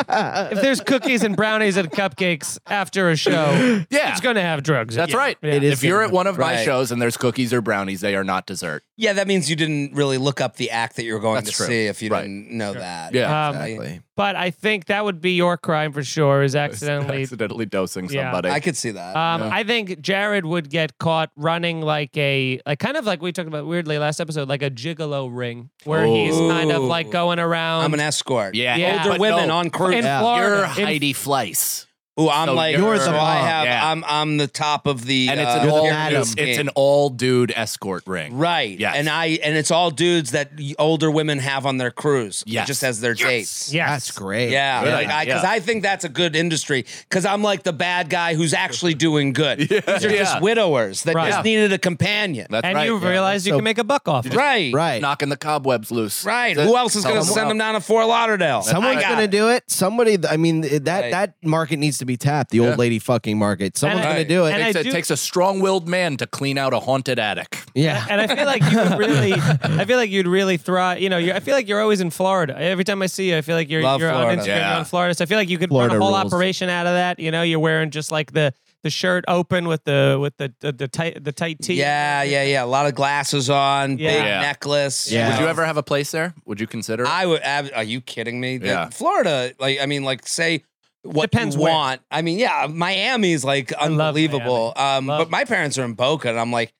Speaker 3: If there's cookies and brownies and cupcakes after a show,
Speaker 2: Yeah.
Speaker 3: it's gonna have drugs.
Speaker 2: that's
Speaker 3: Yeah.
Speaker 2: right.
Speaker 3: Yeah.
Speaker 4: It is
Speaker 2: If you're at one of my
Speaker 5: Right.
Speaker 2: shows and there's cookies or brownies, they are not dessert.
Speaker 5: Yeah, that means you didn't really look up the act that you were going
Speaker 2: That's
Speaker 5: to
Speaker 2: true.
Speaker 5: see if you
Speaker 2: Right.
Speaker 5: didn't know that.
Speaker 2: Yeah.
Speaker 3: Um, But I think that would be your crime for sure. Is accidentally.
Speaker 2: Accidentally dosing
Speaker 3: Yeah.
Speaker 2: somebody.
Speaker 5: I could see that.
Speaker 3: Um, I think Jared would get caught running like a like kind of like we talked about weirdly last episode, like a gigolo ring, where he's kind of like
Speaker 5: Ooh.
Speaker 3: going around.
Speaker 5: I'm an escort.
Speaker 2: yeah.
Speaker 3: Yeah.
Speaker 5: Older
Speaker 2: but
Speaker 5: women
Speaker 2: no,
Speaker 5: on cruise.
Speaker 3: in
Speaker 4: Yeah.
Speaker 3: Florida. in-
Speaker 2: You're Heidi Fleiss.
Speaker 5: Ooh, I'm
Speaker 2: So
Speaker 5: like
Speaker 2: you're the
Speaker 5: so I
Speaker 4: mom.
Speaker 5: have
Speaker 2: Yeah.
Speaker 5: I'm I'm the top of the
Speaker 2: And it's
Speaker 5: uh,
Speaker 2: an all
Speaker 5: pyramid
Speaker 2: it's, it's
Speaker 5: scheme.
Speaker 2: an all dude escort ring.
Speaker 5: right.
Speaker 2: Yes.
Speaker 5: And I and it's all dudes that y- older women have on their cruise.
Speaker 2: Yes.
Speaker 5: Just as their dates.
Speaker 3: yes.
Speaker 4: That's great.
Speaker 5: Yeah,
Speaker 2: Good
Speaker 5: because I,
Speaker 2: idea.
Speaker 5: 'cause I think that's a good industry. Because I'm like the bad guy who's actually doing good.
Speaker 2: Yeah.
Speaker 5: These are
Speaker 2: Yeah.
Speaker 5: just widowers that
Speaker 3: Right.
Speaker 5: just needed a companion.
Speaker 2: That's
Speaker 3: and
Speaker 2: right.
Speaker 3: you
Speaker 2: Yeah.
Speaker 3: realize you
Speaker 4: So-
Speaker 3: can make a buck off it.
Speaker 5: right,
Speaker 4: Right.
Speaker 2: knocking the cobwebs loose.
Speaker 5: right.
Speaker 2: That's
Speaker 5: Who
Speaker 2: it.
Speaker 5: else is going to
Speaker 2: Someone
Speaker 5: send them down to Fort Lauderdale?
Speaker 4: Someone's
Speaker 5: I got
Speaker 4: gonna
Speaker 5: it.
Speaker 4: do it. Somebody, I mean, that
Speaker 5: Right.
Speaker 4: that market needs to be tapped. The
Speaker 2: Yeah.
Speaker 4: old lady fucking market. Someone's
Speaker 3: I-
Speaker 4: gonna do it.
Speaker 3: and
Speaker 2: Takes,
Speaker 3: I
Speaker 2: it
Speaker 3: do-
Speaker 2: takes a strong-willed man to clean out a haunted attic.
Speaker 4: yeah.
Speaker 3: And I feel like you would really, I feel like you'd really thrive. You know, you're, I feel like you're always in Florida. Every time I see you, I feel like you're,
Speaker 5: Love
Speaker 3: you're on
Speaker 5: Florida.
Speaker 3: Instagram,
Speaker 2: Yeah.
Speaker 3: you're on Florida. So I feel like you could run
Speaker 4: Florida
Speaker 3: a whole
Speaker 4: rules.
Speaker 3: operation out of that. You know, you're wearing just like the the shirt open with the with the the, the tight the tight tee.
Speaker 5: Yeah, yeah, yeah. A lot of glasses on,
Speaker 3: Yeah.
Speaker 5: big
Speaker 2: Yeah.
Speaker 5: necklace.
Speaker 4: Yeah.
Speaker 2: Would you ever have a place there? Would you consider? it?
Speaker 5: I would. ab- Are you kidding me? The-
Speaker 2: Yeah.
Speaker 5: Florida, like I mean, like say what
Speaker 3: Depends
Speaker 5: you
Speaker 3: where.
Speaker 5: want. I mean, yeah, Miami's like
Speaker 3: love
Speaker 5: unbelievable. Um,
Speaker 3: Love-
Speaker 5: but my parents are in Boca, and I'm like,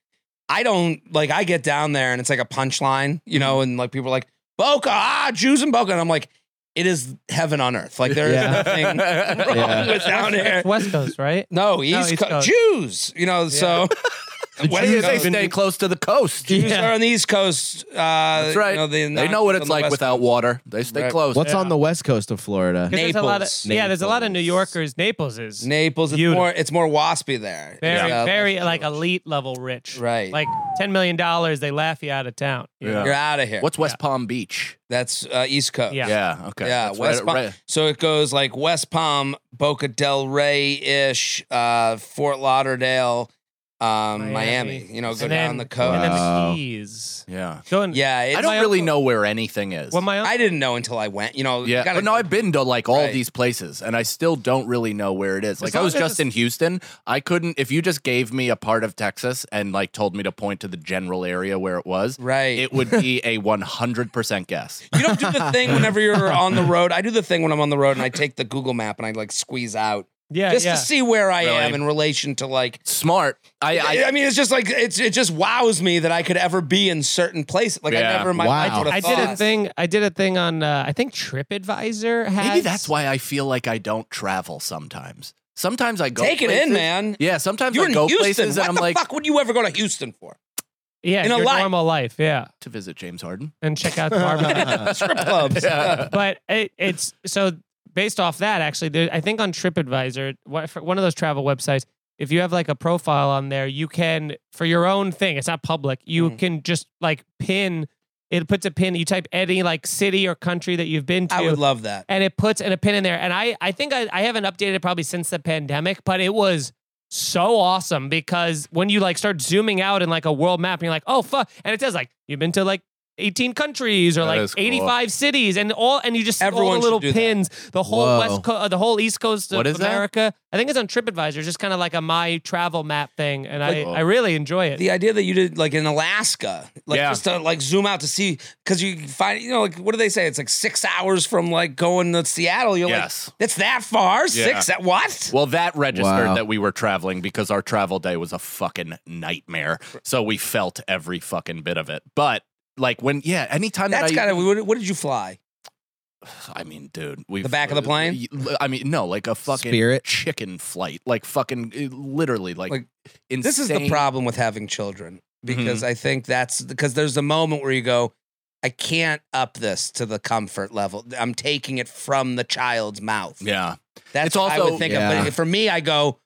Speaker 5: I don't like. I get down there, and it's like a punchline, you
Speaker 3: Mm-hmm.
Speaker 5: know, and like people are like Boca, ah, Jews in Boca, and I'm like, it is heaven on earth. Like there is
Speaker 4: Yeah.
Speaker 5: nothing wrong
Speaker 4: Yeah.
Speaker 5: with down here.
Speaker 3: It's West Coast, right?
Speaker 5: No, East,
Speaker 3: East
Speaker 5: Co-
Speaker 3: Coast.
Speaker 5: Jews, you know, so.
Speaker 2: Why do you say stay close to the coast?
Speaker 5: Jews
Speaker 3: Yeah.
Speaker 5: are on the East Coast. Uh,
Speaker 2: That's right.
Speaker 5: You know, they're
Speaker 2: they
Speaker 5: not
Speaker 2: know what
Speaker 5: on
Speaker 2: it's
Speaker 5: the
Speaker 2: like
Speaker 5: West
Speaker 2: without
Speaker 5: Coast.
Speaker 2: water. They stay
Speaker 5: Right.
Speaker 2: close.
Speaker 4: What's
Speaker 3: Yeah.
Speaker 4: on the west coast of Florida?
Speaker 3: 'Cause there's a lot of
Speaker 5: Naples.
Speaker 3: yeah, there's a lot of New
Speaker 5: Naples.
Speaker 3: Yorkers. Naples is
Speaker 5: Naples. It's
Speaker 3: Beautiful.
Speaker 5: more. It's more waspy there.
Speaker 3: very
Speaker 5: Yeah.
Speaker 3: very like elite level rich.
Speaker 5: Right.
Speaker 3: Like ten million dollars, they laugh you out of town. you know?
Speaker 5: You're out of here.
Speaker 2: What's West Palm Beach?
Speaker 5: That's uh, East Coast.
Speaker 3: Yeah.
Speaker 2: Yeah. Okay.
Speaker 5: Yeah,
Speaker 2: That's
Speaker 5: West
Speaker 2: right-
Speaker 5: Palm.
Speaker 2: right.
Speaker 5: So it goes like West Palm, Boca del Rey ish, uh, Fort Lauderdale, um, Miami. You know, go
Speaker 3: And
Speaker 5: down
Speaker 3: then-
Speaker 5: the
Speaker 3: And
Speaker 5: coast.
Speaker 3: then
Speaker 4: Wow.
Speaker 3: the keys.
Speaker 2: Yeah.
Speaker 3: Going,
Speaker 5: Yeah, it's,
Speaker 2: I
Speaker 5: I,
Speaker 2: don't
Speaker 3: my
Speaker 2: really
Speaker 3: uncle-
Speaker 2: know where anything is.
Speaker 3: Well, my uncle,
Speaker 5: didn't know until I went. You know,
Speaker 2: yeah,
Speaker 5: gotta-
Speaker 2: but no, I've been to like all
Speaker 5: Right.
Speaker 2: these places, and I still don't really know where it is. Like, I
Speaker 3: long
Speaker 2: was
Speaker 3: as
Speaker 2: just in Houston. I couldn't. If you just gave me a part of Texas and like told me to point to the general area where it was,
Speaker 5: right.
Speaker 2: it would be a one hundred percent guess.
Speaker 5: you don't do the thing whenever you're on the road. I do the thing when I'm on the road and I take the Google map and I like squeeze out
Speaker 3: yeah,
Speaker 5: just
Speaker 3: yeah.
Speaker 5: to see where I
Speaker 2: Really?
Speaker 5: am in relation to like
Speaker 2: Smart. I. I
Speaker 5: I, I mean, it's just like it's it just wows me that I could ever be in certain places. Like
Speaker 2: Yeah.
Speaker 5: I never in my
Speaker 4: Wow.
Speaker 5: life would have
Speaker 3: I
Speaker 5: thought.
Speaker 3: did a thing. I did a thing on. Uh, I think TripAdvisor has.
Speaker 2: maybe that's why I feel like I don't travel sometimes. Sometimes I go.
Speaker 5: Take it in,
Speaker 2: places-
Speaker 5: man.
Speaker 2: Yeah, sometimes
Speaker 5: You're
Speaker 2: I
Speaker 5: in
Speaker 2: go
Speaker 5: Houston.
Speaker 2: places
Speaker 5: what
Speaker 2: and I'm
Speaker 5: the
Speaker 2: like
Speaker 5: fuck would you ever go to Houston for?
Speaker 3: Yeah,
Speaker 5: in a
Speaker 3: your
Speaker 5: life.
Speaker 3: normal life. Yeah,
Speaker 2: to visit James Harden.
Speaker 3: and check out the barbecue.
Speaker 5: Strip clubs.
Speaker 3: but it, it's so based off that actually. There, I think on TripAdvisor, one one of those travel websites, if you have like a profile on there, you can for your own thing. It's not public. You
Speaker 5: Mm.
Speaker 3: can just like pin. It puts a pin. You type any like city or country that you've been to
Speaker 5: I would love that.
Speaker 3: and it puts in a pin in there. And I, I think I, I haven't updated it probably since the pandemic, but it was so awesome because when you like start zooming out in like a world map, and you're like, oh fuck, and it says like you've been to like. 18 countries or
Speaker 2: That
Speaker 3: like
Speaker 2: is cool.
Speaker 3: 85 cities and all and you just see all the
Speaker 5: Everyone should
Speaker 3: little
Speaker 5: do that.
Speaker 3: pins the whole
Speaker 2: Whoa.
Speaker 3: west coast uh, the whole east coast of
Speaker 2: What is that?
Speaker 3: America I think it's on TripAdvisor it's just kind of like a my travel map thing and I,
Speaker 2: Cool.
Speaker 3: I really enjoy it
Speaker 5: The idea that you did like in Alaska, like
Speaker 2: Yeah.
Speaker 5: just to like zoom out to see because you find you know like what do they say? It's like six hours from like going to Seattle. You're
Speaker 2: Yes.
Speaker 5: like, it's that far? Six? That what?
Speaker 2: Well, that registered
Speaker 4: Wow.
Speaker 2: that we were traveling because our travel day was a fucking nightmare. So we felt every fucking bit of it. But like when, yeah, anytime
Speaker 5: That's
Speaker 2: that I,
Speaker 5: gotta. What, what did you fly?
Speaker 2: I mean, dude, we
Speaker 5: The back of the plane?
Speaker 2: I mean, no, like a fucking
Speaker 4: Spirit.
Speaker 2: chicken flight, like fucking uh, literally, like,
Speaker 5: Like,
Speaker 2: insane. Mm-hmm.
Speaker 5: This is the problem with having children because I think that's because there's a moment where you go, I can't up this to the comfort level. I'm taking it from the child's mouth.
Speaker 2: Yeah,
Speaker 5: That's
Speaker 2: It's
Speaker 5: what I
Speaker 2: also-
Speaker 5: would think of.
Speaker 4: Yeah.
Speaker 5: But for me, I go,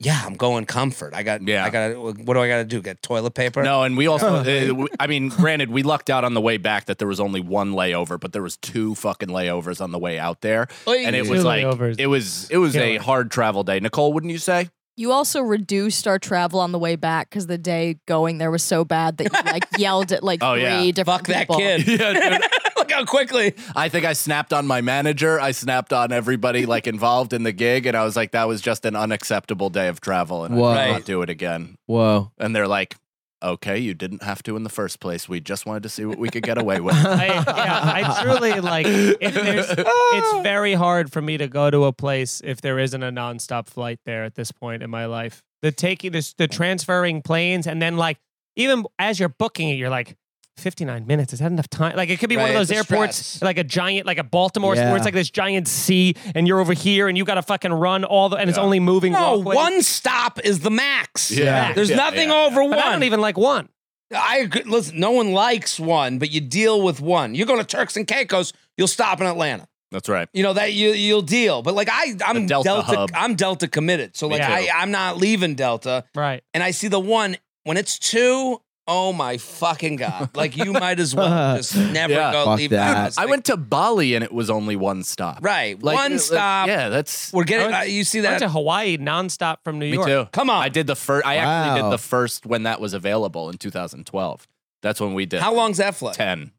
Speaker 5: yeah, I'm going comfort. I got,
Speaker 2: Yeah.
Speaker 5: yeah, I got. to What do I got to do? Get toilet paper?
Speaker 2: no, and we also, uh, we- I mean, granted, we lucked out on the way back that there was only one layover, but there was two fucking layovers on the way out there, and it
Speaker 3: Two
Speaker 2: was like,
Speaker 3: layovers.
Speaker 2: it was, it was a
Speaker 3: Killer.
Speaker 2: hard travel day. Nicole, wouldn't you say?
Speaker 6: You also reduced our travel on the way back because the day going there was so bad that you like yelled at like
Speaker 2: Oh,
Speaker 6: three
Speaker 2: yeah.
Speaker 6: different
Speaker 5: fuck that
Speaker 6: people.
Speaker 5: kid.
Speaker 2: Yeah, dude.
Speaker 5: Look how quickly.
Speaker 2: I think I snapped on my manager. I snapped on everybody like involved in the gig, and I was like, "That was just an unacceptable day of travel, and
Speaker 4: Whoa.
Speaker 2: I will not
Speaker 5: Right.
Speaker 2: do it again."
Speaker 4: Whoa.
Speaker 2: And they're like, "Okay, you didn't have to in the first place. We just wanted to see what we could get away with."
Speaker 3: I, yeah, I truly like. If there's, it's very hard for me to go to a place if there isn't a nonstop flight there at this point in my life. The taking this, the transferring planes, and then like even as you're booking it, you're like. 59 minutes. Is that enough time? Like, it could be one of
Speaker 5: Right,
Speaker 3: those
Speaker 5: the
Speaker 3: airports,
Speaker 5: stress.
Speaker 3: like a giant, like a Baltimore, where
Speaker 4: Yeah.
Speaker 3: it's like this giant sea, and you're over here, and you got to fucking run all the, and it's only moving.
Speaker 5: No,
Speaker 3: walkways.
Speaker 5: one stop is the max.
Speaker 2: Yeah.
Speaker 5: There's
Speaker 2: Yeah,
Speaker 5: nothing
Speaker 2: yeah.
Speaker 5: over
Speaker 3: But I
Speaker 5: one.
Speaker 3: don't even like one.
Speaker 5: I agree. listen. No one likes one, but you deal with one. You go to Turks and Caicos, you'll stop in Atlanta.
Speaker 2: That's right.
Speaker 5: You know that you you'll deal. But like I, I'm
Speaker 2: Delta
Speaker 5: Delta.
Speaker 2: hub.
Speaker 5: I'm Delta committed. So
Speaker 2: Me
Speaker 5: like
Speaker 3: too.
Speaker 5: I, I'm not leaving Delta.
Speaker 3: Right.
Speaker 5: And I see the one when it's two, oh my fucking god! Like you might as well just never
Speaker 2: Yeah.
Speaker 5: go
Speaker 4: Fuck
Speaker 5: leave
Speaker 4: that.
Speaker 5: Dallas.
Speaker 2: I
Speaker 5: Like,
Speaker 2: went to Bali, and it was only one stop.
Speaker 5: right
Speaker 2: Like,
Speaker 5: one
Speaker 2: uh,
Speaker 5: stop.
Speaker 2: Yeah, that's
Speaker 5: We're getting.
Speaker 3: I went-
Speaker 5: uh, you see
Speaker 3: I went
Speaker 5: that?
Speaker 3: to Hawaii nonstop from New
Speaker 2: me
Speaker 3: York.
Speaker 2: too.
Speaker 5: Come on.
Speaker 2: I did the first. I actually did
Speaker 4: Wow.
Speaker 2: the first when that was available in 2012. That's when we did.
Speaker 5: How long's that flight?
Speaker 2: Ten.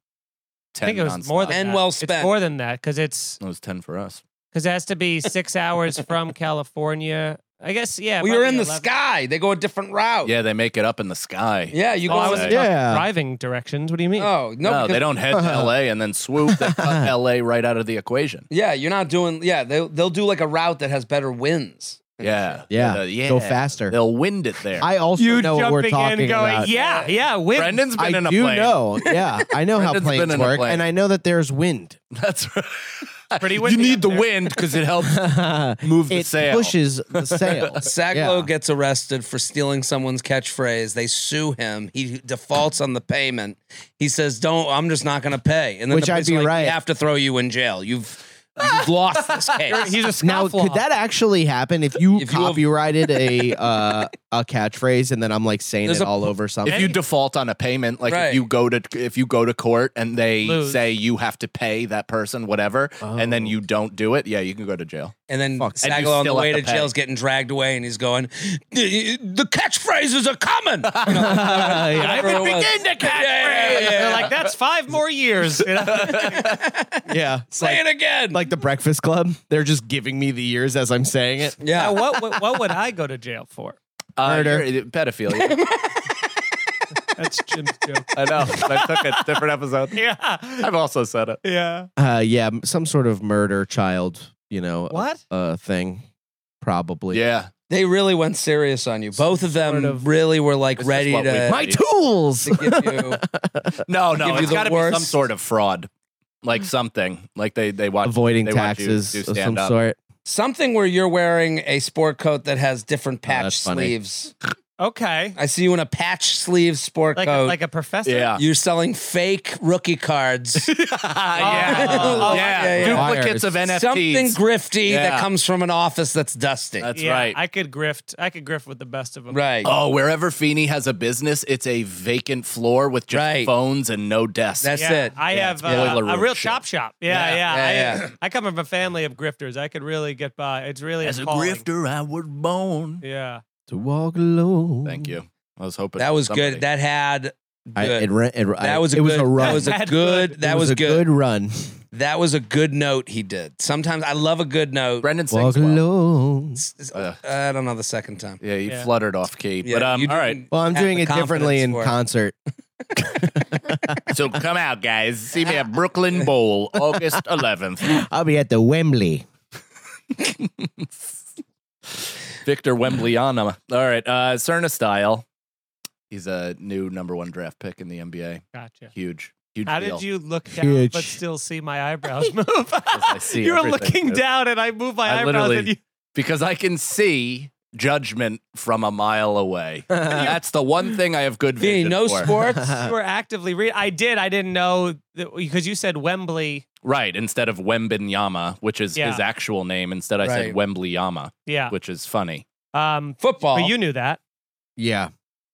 Speaker 2: Ten.
Speaker 3: I think it was more
Speaker 2: nonstop.
Speaker 3: than
Speaker 5: And
Speaker 3: that.
Speaker 5: well
Speaker 3: It's
Speaker 5: spent.
Speaker 3: more than that because it's
Speaker 2: It was ten for us.
Speaker 3: Because it has to be six hours from California. I guess, yeah.
Speaker 5: We were in the
Speaker 3: sky.
Speaker 5: sky. They go a different route.
Speaker 2: Yeah, they make it up in the sky.
Speaker 5: Yeah, you
Speaker 3: Oh,
Speaker 5: go.
Speaker 3: I
Speaker 5: in
Speaker 3: was
Speaker 2: Yeah.
Speaker 5: the-
Speaker 3: driving directions. What do you mean?
Speaker 5: Oh no,
Speaker 2: No,
Speaker 5: because-
Speaker 2: they don't head to LA and then swoop. They cut LA right out of the equation.
Speaker 5: Yeah, you're not doing. Yeah, they they'll do like a route that has better winds.
Speaker 2: Yeah.
Speaker 4: Yeah.
Speaker 2: Uh, yeah.
Speaker 4: Go faster.
Speaker 2: They'll wind it there.
Speaker 4: I also know what we're talking about.
Speaker 3: yeah, yeah, wind.
Speaker 2: Brendan's been
Speaker 4: I
Speaker 2: in a
Speaker 4: do
Speaker 2: plane.
Speaker 4: know. Yeah, I know how
Speaker 2: Brendan's been
Speaker 4: planes
Speaker 2: in a
Speaker 4: work,
Speaker 2: plane.
Speaker 4: and I know that there's wind.
Speaker 2: That's right.
Speaker 3: Pretty
Speaker 2: you
Speaker 3: windy
Speaker 2: need
Speaker 3: up
Speaker 2: the
Speaker 3: there.
Speaker 2: wind because it helps
Speaker 4: it
Speaker 2: move the sail.
Speaker 4: pushes the sail.
Speaker 5: Saglo
Speaker 4: Yeah.
Speaker 5: gets arrested for stealing someone's catchphrase. They sue him. He defaults on the payment. He says, "Don't. I'm just not going to pay." And then
Speaker 4: Which
Speaker 5: the
Speaker 4: I'd
Speaker 5: police
Speaker 4: be
Speaker 5: are like,
Speaker 4: right.
Speaker 5: We have to throw you in jail. You've you've lost this case.
Speaker 3: He's a
Speaker 4: Now,
Speaker 3: scofflaw.
Speaker 4: could that actually happen if you
Speaker 5: If you have-
Speaker 4: copyrighted a uh, a catchphrase and then I'm like saying
Speaker 5: There's
Speaker 4: it
Speaker 5: a-
Speaker 4: all over something?
Speaker 2: If you default on a payment, like if
Speaker 5: Right.
Speaker 2: you go to if you go to court and they
Speaker 3: Lose.
Speaker 2: say you have to pay that person whatever, and
Speaker 4: Oh.
Speaker 2: then you don't do it, yeah, you can go to jail.
Speaker 5: And then
Speaker 4: Fuck.
Speaker 2: And you
Speaker 5: Sagalo on the
Speaker 2: still
Speaker 5: way
Speaker 2: have
Speaker 5: to
Speaker 2: to pay.
Speaker 5: jail is getting dragged away, and he's going, "The the catchphrases are coming." You know,
Speaker 4: yeah.
Speaker 5: whatever it was. Yeah, yeah, yeah,
Speaker 3: They're
Speaker 5: yeah.
Speaker 3: like, that's five more years. You know?
Speaker 4: yeah, it's
Speaker 5: say
Speaker 4: like
Speaker 5: it again.
Speaker 4: like the Breakfast Club. They're just giving me the years as I'm saying it.
Speaker 3: Now,
Speaker 5: yeah.
Speaker 3: what, what what would I go to jail for?
Speaker 2: Uh,
Speaker 4: Murder.
Speaker 2: you're- pedophilia.
Speaker 3: That's Jim's joke.
Speaker 2: I know. I took a different episode.
Speaker 3: Yeah,
Speaker 2: I've also said it.
Speaker 3: yeah.
Speaker 4: Uh, yeah, m- some sort of murder child, you know,
Speaker 3: What?
Speaker 4: uh, thing, probably.
Speaker 2: Yeah.
Speaker 5: They really went serious on you. Both of them
Speaker 3: Sort of-
Speaker 5: really were like
Speaker 2: This is
Speaker 5: ready
Speaker 2: what we
Speaker 5: to.
Speaker 4: My tools.
Speaker 5: to give you.
Speaker 2: No, no,
Speaker 5: give you
Speaker 2: it's
Speaker 5: the
Speaker 2: got to be some
Speaker 5: worst- Mm.
Speaker 2: sort of fraud, like something, like they they watch
Speaker 4: Avoiding
Speaker 2: they want you
Speaker 4: taxes
Speaker 2: to
Speaker 4: of
Speaker 2: stand
Speaker 4: some
Speaker 2: up.
Speaker 4: sort.
Speaker 5: Something where you're wearing a sport coat that has different patch
Speaker 4: that's funny.
Speaker 5: sleeves.
Speaker 3: Okay.
Speaker 5: I see you in a patch sleeve sport
Speaker 3: Like a,
Speaker 5: coat.
Speaker 3: like a professor.
Speaker 2: Yeah.
Speaker 5: You're selling fake rookie cards.
Speaker 2: yeah.
Speaker 5: Oh,
Speaker 2: yeah.
Speaker 5: yeah, yeah.
Speaker 2: Duplicates of NFTs.
Speaker 5: Something grifty
Speaker 2: Yeah.
Speaker 5: that comes from an office that's dusty.
Speaker 2: That's
Speaker 3: Yeah,
Speaker 2: right.
Speaker 3: I could grift. I could grift with the best of them.
Speaker 5: right.
Speaker 2: Oh, wherever Feeney has a business, it's a vacant floor with just
Speaker 5: Right.
Speaker 2: phones and no desk.
Speaker 5: That's
Speaker 3: Yeah,
Speaker 5: it.
Speaker 3: I
Speaker 2: Yeah,
Speaker 3: have
Speaker 2: it's boiler
Speaker 3: uh, a
Speaker 2: room
Speaker 3: real
Speaker 2: shit.
Speaker 3: chop shop. Yeah,
Speaker 2: Yeah,
Speaker 3: yeah.
Speaker 5: yeah,
Speaker 3: I, I come from a family of grifters. I could really get by. It's really
Speaker 2: As a
Speaker 3: calling.
Speaker 2: grifter, I was born.
Speaker 3: Yeah.
Speaker 4: to walk alone.
Speaker 2: Thank you. I was hoping
Speaker 5: that was
Speaker 2: somebody-
Speaker 5: good. That had
Speaker 4: I,
Speaker 5: good.
Speaker 4: it, ran- it, I-
Speaker 5: that was a
Speaker 4: it
Speaker 5: good.
Speaker 4: was a run.
Speaker 5: that was a
Speaker 3: That
Speaker 5: good.
Speaker 3: good.
Speaker 5: That
Speaker 4: It
Speaker 5: was,
Speaker 4: a
Speaker 5: good.
Speaker 4: good run.
Speaker 5: That was a good note he did. Sometimes I love a good note.
Speaker 2: Brendan
Speaker 4: Walk
Speaker 2: sings well.
Speaker 4: alone.
Speaker 5: S- s-
Speaker 2: Uh,
Speaker 5: I don't know the second time.
Speaker 2: Yeah, you
Speaker 3: Yeah.
Speaker 2: fluttered off key.
Speaker 5: Yeah,
Speaker 2: but um,
Speaker 5: you
Speaker 2: all right.
Speaker 5: didn't
Speaker 4: Well, I'm
Speaker 5: have
Speaker 4: doing
Speaker 5: the
Speaker 4: it differently
Speaker 5: confidence
Speaker 4: in
Speaker 5: for it.
Speaker 4: concert.
Speaker 2: So come out, guys. See me at Brooklyn Bowl, August 11th.
Speaker 4: I'll be at the Wembley.
Speaker 2: Victor Wembleyanama. All right. Uh, Cerna Style. He's a new number one draft pick in the NBA.
Speaker 3: Gotcha.
Speaker 2: Huge. Huge
Speaker 3: How
Speaker 2: deal.
Speaker 3: did you look down
Speaker 4: Huge.
Speaker 3: but still see my eyebrows move?
Speaker 2: I see
Speaker 3: you were
Speaker 2: everything,
Speaker 3: looking
Speaker 2: dude.
Speaker 3: down and I moved my
Speaker 2: I
Speaker 3: eyebrows and
Speaker 2: literally-
Speaker 3: you
Speaker 2: because I can see judgment from a mile away. That's the one thing I have good
Speaker 5: Vinny,
Speaker 2: vision
Speaker 5: no
Speaker 2: for.
Speaker 5: sports.
Speaker 2: uh,
Speaker 3: you were actively reading. I did. I didn't know because you said Wembley.
Speaker 2: Right, instead of Wembenyama, which is
Speaker 3: Yeah.
Speaker 2: his actual name, instead I said
Speaker 5: Right.
Speaker 2: Wemblenyama,
Speaker 3: Yeah.
Speaker 2: which is funny.
Speaker 3: Um,
Speaker 5: Football.
Speaker 3: but you knew that.
Speaker 4: Yeah,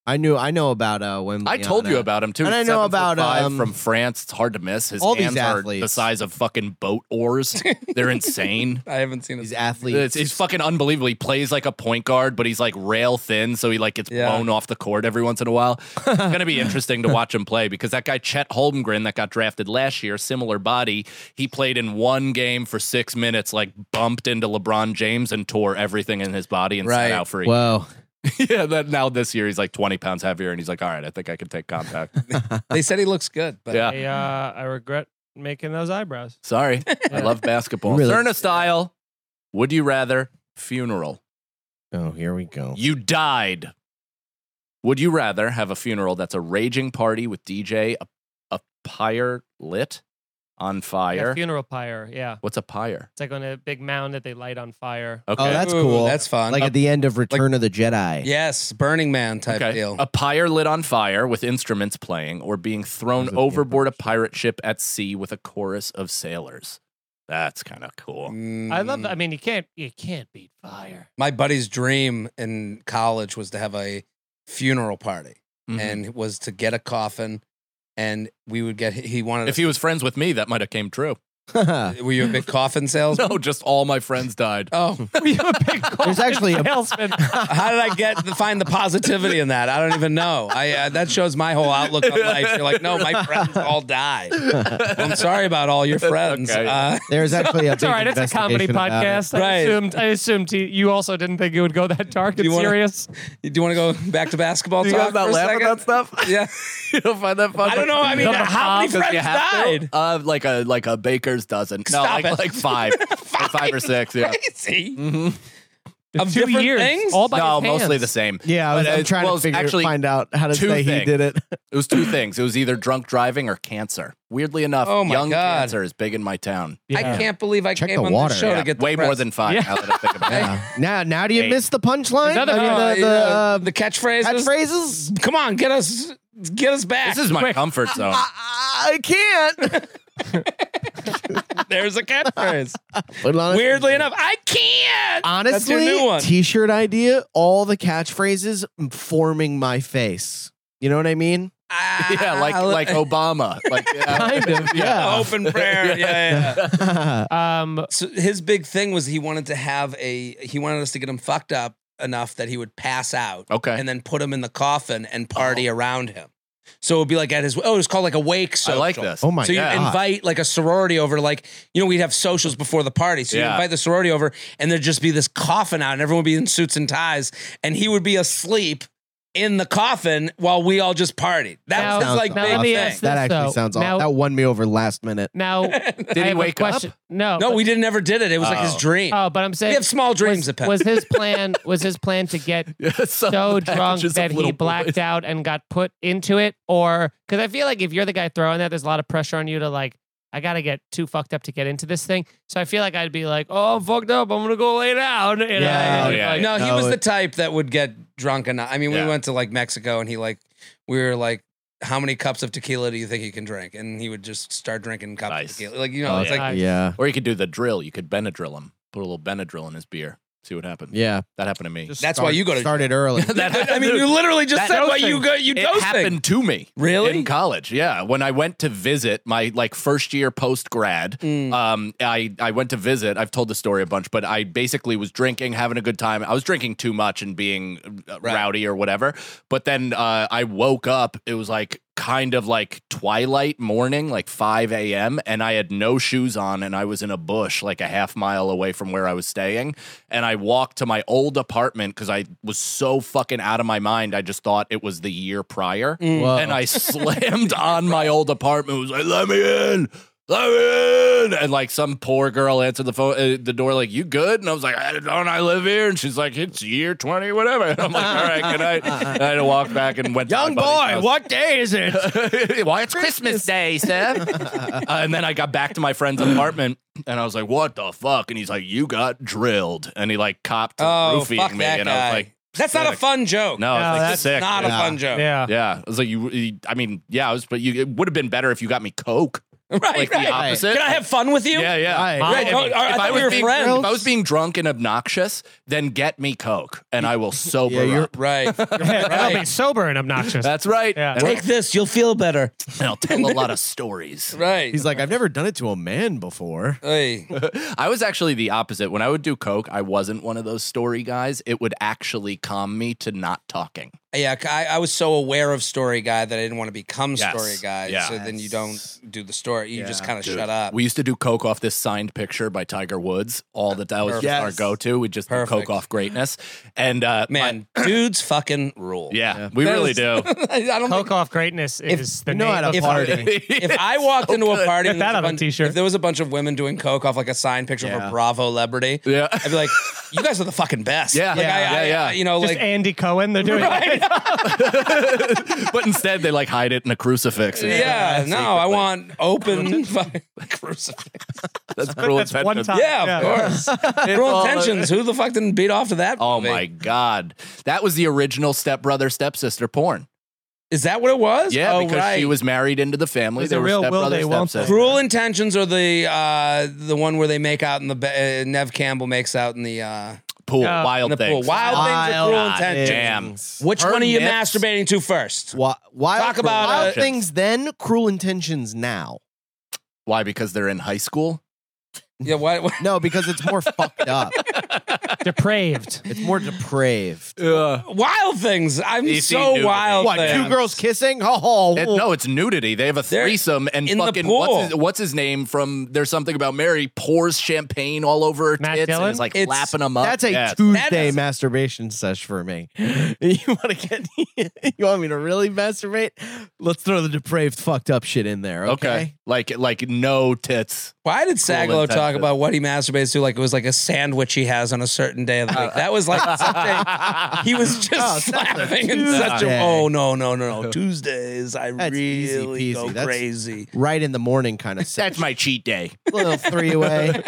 Speaker 4: I knew. I know about uh, Wembley.
Speaker 2: I told you about him too.
Speaker 4: And
Speaker 2: He's
Speaker 4: I know
Speaker 2: seven foot
Speaker 4: about,
Speaker 2: five
Speaker 4: um,
Speaker 2: from France. It's hard to miss. His
Speaker 4: all these
Speaker 2: hands are the
Speaker 4: athletes.
Speaker 2: size of fucking boat oars. They're insane.
Speaker 5: I haven't seen
Speaker 4: these
Speaker 5: it.
Speaker 4: athletes.
Speaker 2: It's, it's fucking unbelievable. He plays like a point guard, but he's like rail thin, so he like gets
Speaker 5: Yeah.
Speaker 2: blown off the court every once in a while. it's gonna be interesting to watch him play because that guy Chet Holmgren that got drafted last year, similar body, he played in one game for six minutes, like bumped into LeBron James and tore everything in his body and
Speaker 5: Right.
Speaker 2: sat out for a
Speaker 4: Whoa.
Speaker 2: yeah, that now this year he's like 20 pounds heavier and he's like, all right, I think I can take contact.
Speaker 5: They said he looks good, but
Speaker 2: yeah.
Speaker 3: I, uh, I regret making those eyebrows.
Speaker 2: Sorry. I
Speaker 3: Yeah.
Speaker 2: love basketball.
Speaker 4: Really?
Speaker 2: Cerna style. Would you rather funeral?
Speaker 4: Oh, here we go.
Speaker 2: You died. Would you rather have a funeral that's a raging party with DJ, a, a pyre lit on
Speaker 3: Yeah,
Speaker 2: fire?
Speaker 3: funeral pyre. Yeah.
Speaker 2: What's a pyre?
Speaker 3: It's like on a big mound that they light on fire.
Speaker 2: Okay.
Speaker 4: Oh, that's cool.
Speaker 5: That's fun.
Speaker 4: like at the end of Return of the Jedi.
Speaker 5: yes, Burning Man type
Speaker 2: okay.
Speaker 5: deal.
Speaker 2: A pyre lit on fire with instruments playing or being
Speaker 4: Those are
Speaker 2: thrown
Speaker 4: the
Speaker 2: overboard a pirate ship at sea with a chorus of sailors. That's kind of cool.
Speaker 3: I love that.
Speaker 5: Mm.
Speaker 3: I mean, you can't you can't beat fire.
Speaker 5: my buddy's dream in college was to have a funeral party
Speaker 2: Mhm.
Speaker 5: and was to get a coffin and we would get he wanted
Speaker 2: if
Speaker 5: a,
Speaker 2: he was friends with me, that might have came true.
Speaker 5: were you a big coffin salesman
Speaker 2: No, just all my friends died.
Speaker 5: oh
Speaker 3: We have a big
Speaker 4: There's actually a-
Speaker 3: salesman.
Speaker 5: how did i get the, find the positivity in that i don't even know i uh, that shows my whole outlook on life you're like no my friends all died i'm sorry about all your friends
Speaker 2: Okay.
Speaker 5: uh,
Speaker 4: There's actually a.
Speaker 3: It's all
Speaker 4: big
Speaker 3: right. It's a comedy
Speaker 4: investigation about it.
Speaker 3: podcast. I
Speaker 5: Right.
Speaker 3: assumed. I assumed he, you also didn't think it would go that dark and
Speaker 5: you wanna-
Speaker 3: serious.
Speaker 5: do you want to go back to basketball
Speaker 2: Do you guys
Speaker 5: talk
Speaker 2: not
Speaker 5: for a
Speaker 2: laugh at
Speaker 5: second?
Speaker 2: that stuff?
Speaker 5: yeah
Speaker 2: you don't find that funny?
Speaker 5: I don't know, I mean,
Speaker 2: Number
Speaker 5: how many
Speaker 2: five, 'cause you
Speaker 5: friends
Speaker 2: have to?
Speaker 5: died?
Speaker 2: Uh, like a like a baker's dozen. No,
Speaker 5: Stop
Speaker 2: like,
Speaker 5: it.
Speaker 2: like five, Like five or six. Yeah.
Speaker 5: crazy
Speaker 2: Mhm.
Speaker 5: Of
Speaker 3: Two
Speaker 5: different
Speaker 3: years,
Speaker 5: things?
Speaker 3: all by
Speaker 2: No,
Speaker 3: his hands.
Speaker 2: mostly the same.
Speaker 4: Yeah, I was,
Speaker 2: But, uh,
Speaker 4: I'm trying
Speaker 2: well,
Speaker 4: to figure,
Speaker 2: actually,
Speaker 4: find out how to
Speaker 2: two
Speaker 4: say
Speaker 2: things.
Speaker 4: he did it.
Speaker 2: It was two things. It was either drunk driving or cancer. Weirdly enough,
Speaker 5: Oh my
Speaker 2: young
Speaker 5: God.
Speaker 2: cancer is big in my town.
Speaker 5: i can't believe i
Speaker 4: Check
Speaker 5: came
Speaker 4: the
Speaker 5: on
Speaker 4: water.
Speaker 5: the show
Speaker 2: Yeah,
Speaker 5: to get
Speaker 2: way more
Speaker 5: depressed.
Speaker 2: than five.
Speaker 3: Yeah.
Speaker 2: Now that I think about it.
Speaker 4: Yeah. Now, now do you
Speaker 2: Hey.
Speaker 4: miss the punchline?
Speaker 3: Another-
Speaker 4: I mean,
Speaker 5: Uh,
Speaker 4: the, the,
Speaker 5: yeah,
Speaker 4: uh,
Speaker 5: the catchphrases.
Speaker 4: catchphrases.
Speaker 5: Come on, get us, get us back.
Speaker 2: This is my
Speaker 3: Quick.
Speaker 2: comfort zone.
Speaker 4: I, I can't.
Speaker 5: There's a catchphrase.
Speaker 4: But honest-
Speaker 5: Weirdly enough, I
Speaker 2: Uh,
Speaker 5: can't. That's your
Speaker 4: honestly,
Speaker 5: new one.
Speaker 4: t-shirt idea. All the catchphrases forming my face. You know what I mean?
Speaker 5: Ah,
Speaker 2: yeah, like like Obama. Like yeah.
Speaker 4: Kind of. Yeah.
Speaker 5: open prayer. Yeah, yeah. yeah.
Speaker 3: Um,
Speaker 5: So his big thing was he wanted to have a. He wanted us to get him fucked up enough that he would pass out.
Speaker 2: Okay.
Speaker 5: and then put him in the coffin and party around him. So it would be like at his. Oh, it was called like a wake.
Speaker 2: Oh. I
Speaker 5: Social.
Speaker 2: like this.
Speaker 4: oh my
Speaker 5: so you
Speaker 4: god.
Speaker 5: invite like a sorority over, like you know, we'd have socials before the party. So you
Speaker 2: Yeah.
Speaker 5: invite the sorority over, and there'd just be this coffin out, and everyone would be in suits and ties, and he would be asleep in the coffin while we all just partied. That
Speaker 3: Now-
Speaker 5: was his, like
Speaker 3: now
Speaker 5: big
Speaker 3: let me
Speaker 5: thing.
Speaker 3: ask
Speaker 4: that
Speaker 3: this,
Speaker 4: actually
Speaker 3: though.
Speaker 4: sounds
Speaker 3: Now-
Speaker 4: awful. That won me over last minute.
Speaker 3: now
Speaker 2: Did
Speaker 3: I
Speaker 2: he
Speaker 3: have a
Speaker 2: wake up?
Speaker 3: question. No,
Speaker 5: no,
Speaker 3: but-
Speaker 5: we didn't ever did it. It was like his
Speaker 2: Oh.
Speaker 5: dream.
Speaker 3: Oh, but I'm
Speaker 5: we
Speaker 3: saying
Speaker 5: have small dreams.
Speaker 3: was,
Speaker 5: at Penn.
Speaker 3: was his plan was his plan to get
Speaker 2: Yeah, some of
Speaker 3: so
Speaker 2: the
Speaker 3: drunk
Speaker 2: packages of
Speaker 3: that he
Speaker 2: little
Speaker 3: blacked
Speaker 2: boys.
Speaker 3: out and got put into it or because i feel like if you're the guy throwing that there's a lot of pressure on you to like I gotta get too fucked up to get into this thing. So I feel like I'd be like, oh, I'm fucked up. I'm gonna go lay down. You know,
Speaker 4: Yeah,
Speaker 2: oh,
Speaker 3: like,
Speaker 2: yeah, yeah.
Speaker 5: No, he
Speaker 4: No,
Speaker 5: was
Speaker 4: it-
Speaker 5: the type that would get drunk and I mean, we
Speaker 2: Yeah.
Speaker 5: went to like Mexico and he like we were like, How many cups of tequila do you think he can drink? And he would just start drinking cups
Speaker 2: Nice.
Speaker 5: of tequila. Like, you know,
Speaker 2: Oh,
Speaker 5: it's
Speaker 2: yeah.
Speaker 5: like
Speaker 3: I-
Speaker 4: yeah.
Speaker 2: Or you could do the drill. You could Benadryl him. Put a little Benadryl in his beer. See what happens.
Speaker 4: Yeah.
Speaker 2: That happened to me.
Speaker 4: Just
Speaker 5: That's why you go to-
Speaker 4: started early.
Speaker 2: that
Speaker 5: I mean, you literally just
Speaker 2: That
Speaker 5: said what
Speaker 2: dosing.
Speaker 5: you go you
Speaker 2: it
Speaker 5: dosing.
Speaker 2: happened to me.
Speaker 5: Really?
Speaker 2: In college, yeah. When I went to visit my like first year post grad,
Speaker 5: Mm.
Speaker 2: um, I I went to visit. I've told the story a bunch, but I basically was drinking, having a good time. I was drinking too much and being uh,
Speaker 5: Right.
Speaker 2: rowdy or whatever. But then uh, I woke up. It was like kind of like twilight morning, like five a.m., and I had no shoes on, and I was in a bush like a half mile away from where I was staying. And I walked to my old apartment because I was so fucking out of my mind. I just thought it was the year prior
Speaker 4: Whoa.
Speaker 2: and I slammed on my old apartment. Was like, let me in, let me in, and like some poor girl answered the phone, uh, the door, like, you good? And I was like, I don't, I live here. And she's like, it's year twenty, whatever. And I'm like, all right, good night. And I had to walk back and went.
Speaker 4: Young
Speaker 2: to my
Speaker 4: boy, what day is it?
Speaker 2: what? Why it's Christmas Day, sir? Uh, and then I got back to my friend's apartment, and I was like, what the fuck? And he's like, you got drilled, and he like copped to
Speaker 5: Oh,
Speaker 2: roofing
Speaker 5: fuck
Speaker 2: me,
Speaker 5: that
Speaker 2: and I
Speaker 5: guy.
Speaker 2: was like,
Speaker 5: That's not a
Speaker 2: sick.
Speaker 5: fun joke.
Speaker 2: no, I was
Speaker 3: No,
Speaker 2: like,
Speaker 3: that's
Speaker 2: sick.
Speaker 5: Not a
Speaker 4: Yeah.
Speaker 5: fun joke.
Speaker 3: yeah.
Speaker 2: Yeah, I was like, you. you- I mean, yeah, I was, but you. It would have been better if you got me coke,
Speaker 5: Right,
Speaker 2: like
Speaker 5: right.
Speaker 2: the opposite.
Speaker 5: Can I have fun with you?
Speaker 2: Yeah, yeah.
Speaker 4: Right.
Speaker 5: Right.
Speaker 2: If-
Speaker 5: oh, I
Speaker 2: if,
Speaker 5: thought
Speaker 2: I
Speaker 5: we
Speaker 2: was
Speaker 5: were
Speaker 2: being,
Speaker 5: friends.
Speaker 2: if I was being drunk and obnoxious, then get me coke, and I will sober
Speaker 4: Yeah, you're-
Speaker 2: up.
Speaker 5: Right.
Speaker 3: I'll be
Speaker 5: right.
Speaker 3: sober and obnoxious.
Speaker 2: That's right.
Speaker 3: Yeah.
Speaker 2: And,
Speaker 5: Take this, you'll feel better.
Speaker 2: and I'll tell a lot of stories.
Speaker 5: Right.
Speaker 4: He's like, I've never done it to a man before.
Speaker 5: Hey.
Speaker 2: I was actually the opposite. When I would do coke, I wasn't one of those story guys. It would actually calm me to not talking.
Speaker 5: Yeah, c- I, I was so aware of story guy that I didn't want to become
Speaker 2: Yes.
Speaker 5: story guy.
Speaker 2: Yeah.
Speaker 5: So then you don't do the story. You just
Speaker 4: Yeah.
Speaker 5: kind of
Speaker 2: Dude,
Speaker 5: shut up.
Speaker 2: Uh, We used to do coke off this signed picture by Tiger Woods. All that that was just our
Speaker 4: Yes.
Speaker 2: go-to. We just do
Speaker 5: Perfect.
Speaker 2: coke off greatness. And uh, my-
Speaker 5: Man, dudes fucking rule.
Speaker 2: yeah,
Speaker 4: Yeah.
Speaker 2: we
Speaker 5: That
Speaker 2: really
Speaker 5: is-
Speaker 2: do.
Speaker 5: I don't
Speaker 3: Coke
Speaker 5: think,
Speaker 3: off greatness is the
Speaker 4: you know
Speaker 3: name
Speaker 4: how to
Speaker 3: of-
Speaker 5: if-
Speaker 4: party.
Speaker 5: if I walked into a party and
Speaker 3: Get that
Speaker 5: there
Speaker 3: on
Speaker 5: was
Speaker 3: a
Speaker 5: bunch-
Speaker 3: t-shirt.
Speaker 5: if there was a bunch of women doing coke off like a signed picture of
Speaker 4: Yeah.
Speaker 5: a Bravo celebrity,
Speaker 2: yeah.
Speaker 5: I'd be like, "You guys are the fucking best."
Speaker 2: Yeah.
Speaker 5: like,
Speaker 2: Yeah,
Speaker 5: I, I,
Speaker 2: yeah, yeah.
Speaker 5: I- You know,
Speaker 3: just
Speaker 5: like
Speaker 3: Andy Cohen. They're doing
Speaker 5: Right.
Speaker 2: but instead they like hide it in a crucifix.
Speaker 5: Yeah, no, I
Speaker 2: secretly.
Speaker 5: want open fucking crucifix.
Speaker 2: That's cruel
Speaker 3: That's one
Speaker 2: intentions.
Speaker 3: time.
Speaker 5: Yeah, of course. Cruel
Speaker 2: all-
Speaker 5: intentions. Who the fuck didn't beat off to that?
Speaker 2: Oh
Speaker 5: movie?
Speaker 2: my god, that was the original stepbrother stepsister porn.
Speaker 5: Is that what it was?
Speaker 2: Yeah,
Speaker 5: Oh,
Speaker 2: because she
Speaker 5: right.
Speaker 2: was married into the family.
Speaker 3: It's
Speaker 2: They
Speaker 3: a
Speaker 2: were
Speaker 3: real will
Speaker 2: stepbrother
Speaker 3: they, won't they.
Speaker 2: stepsister.
Speaker 5: Cruel Intentions or the uh, the one where they make out in the ba- uh, Nev Campbell makes out in the uh,
Speaker 2: Pool,
Speaker 3: Yeah.
Speaker 5: in
Speaker 2: wild
Speaker 5: the pool.
Speaker 2: things.
Speaker 5: Wild, things or Cruel
Speaker 4: Wild
Speaker 5: Intentions.
Speaker 4: Things.
Speaker 5: Which
Speaker 2: Her
Speaker 5: one are you
Speaker 2: nips.
Speaker 5: masturbating to first?
Speaker 4: Wi- wild,
Speaker 5: Talk about,
Speaker 4: wild
Speaker 5: uh,
Speaker 4: things then, cruel intentions now.
Speaker 2: Why? Because they're in high school.
Speaker 5: Yeah, what? what-
Speaker 4: No, because it's more fucked up.
Speaker 3: depraved.
Speaker 4: It's more depraved.
Speaker 5: Wild Things. I'm
Speaker 2: You see
Speaker 5: so
Speaker 2: nudity.
Speaker 5: wild.
Speaker 4: What?
Speaker 5: Things.
Speaker 4: Two girls kissing? Oh,
Speaker 2: It- no, it's nudity. They have a
Speaker 5: They're
Speaker 2: threesome and
Speaker 5: in the
Speaker 2: fucking
Speaker 5: pool.
Speaker 2: what's his, what's his name from There's Something About Mary pours champagne all over her
Speaker 3: Matt
Speaker 2: tits and
Speaker 3: Dillon?
Speaker 2: is like
Speaker 5: It's-
Speaker 2: lapping them up.
Speaker 4: that's a
Speaker 2: Yes.
Speaker 4: Tuesday
Speaker 5: is-
Speaker 4: masturbation sesh for me. You want to get? you want me to really masturbate? Let's throw the depraved, fucked up shit in there. Okay.
Speaker 2: okay, like like no tits.
Speaker 5: Why did Sagalo talk
Speaker 2: Intentions.
Speaker 5: about what he masturbates to? Like it was like a sandwich he has on a certain day of the
Speaker 4: Uh,
Speaker 5: week. That was like something he was just laughing in such a.
Speaker 4: Oh, Tuesday.
Speaker 5: Oh no no no no! Tuesdays I
Speaker 4: That's easy
Speaker 5: really go
Speaker 4: peasy. That's-
Speaker 5: crazy.
Speaker 4: Right in the morning, kind of.
Speaker 2: That's my cheat day.
Speaker 4: little three way.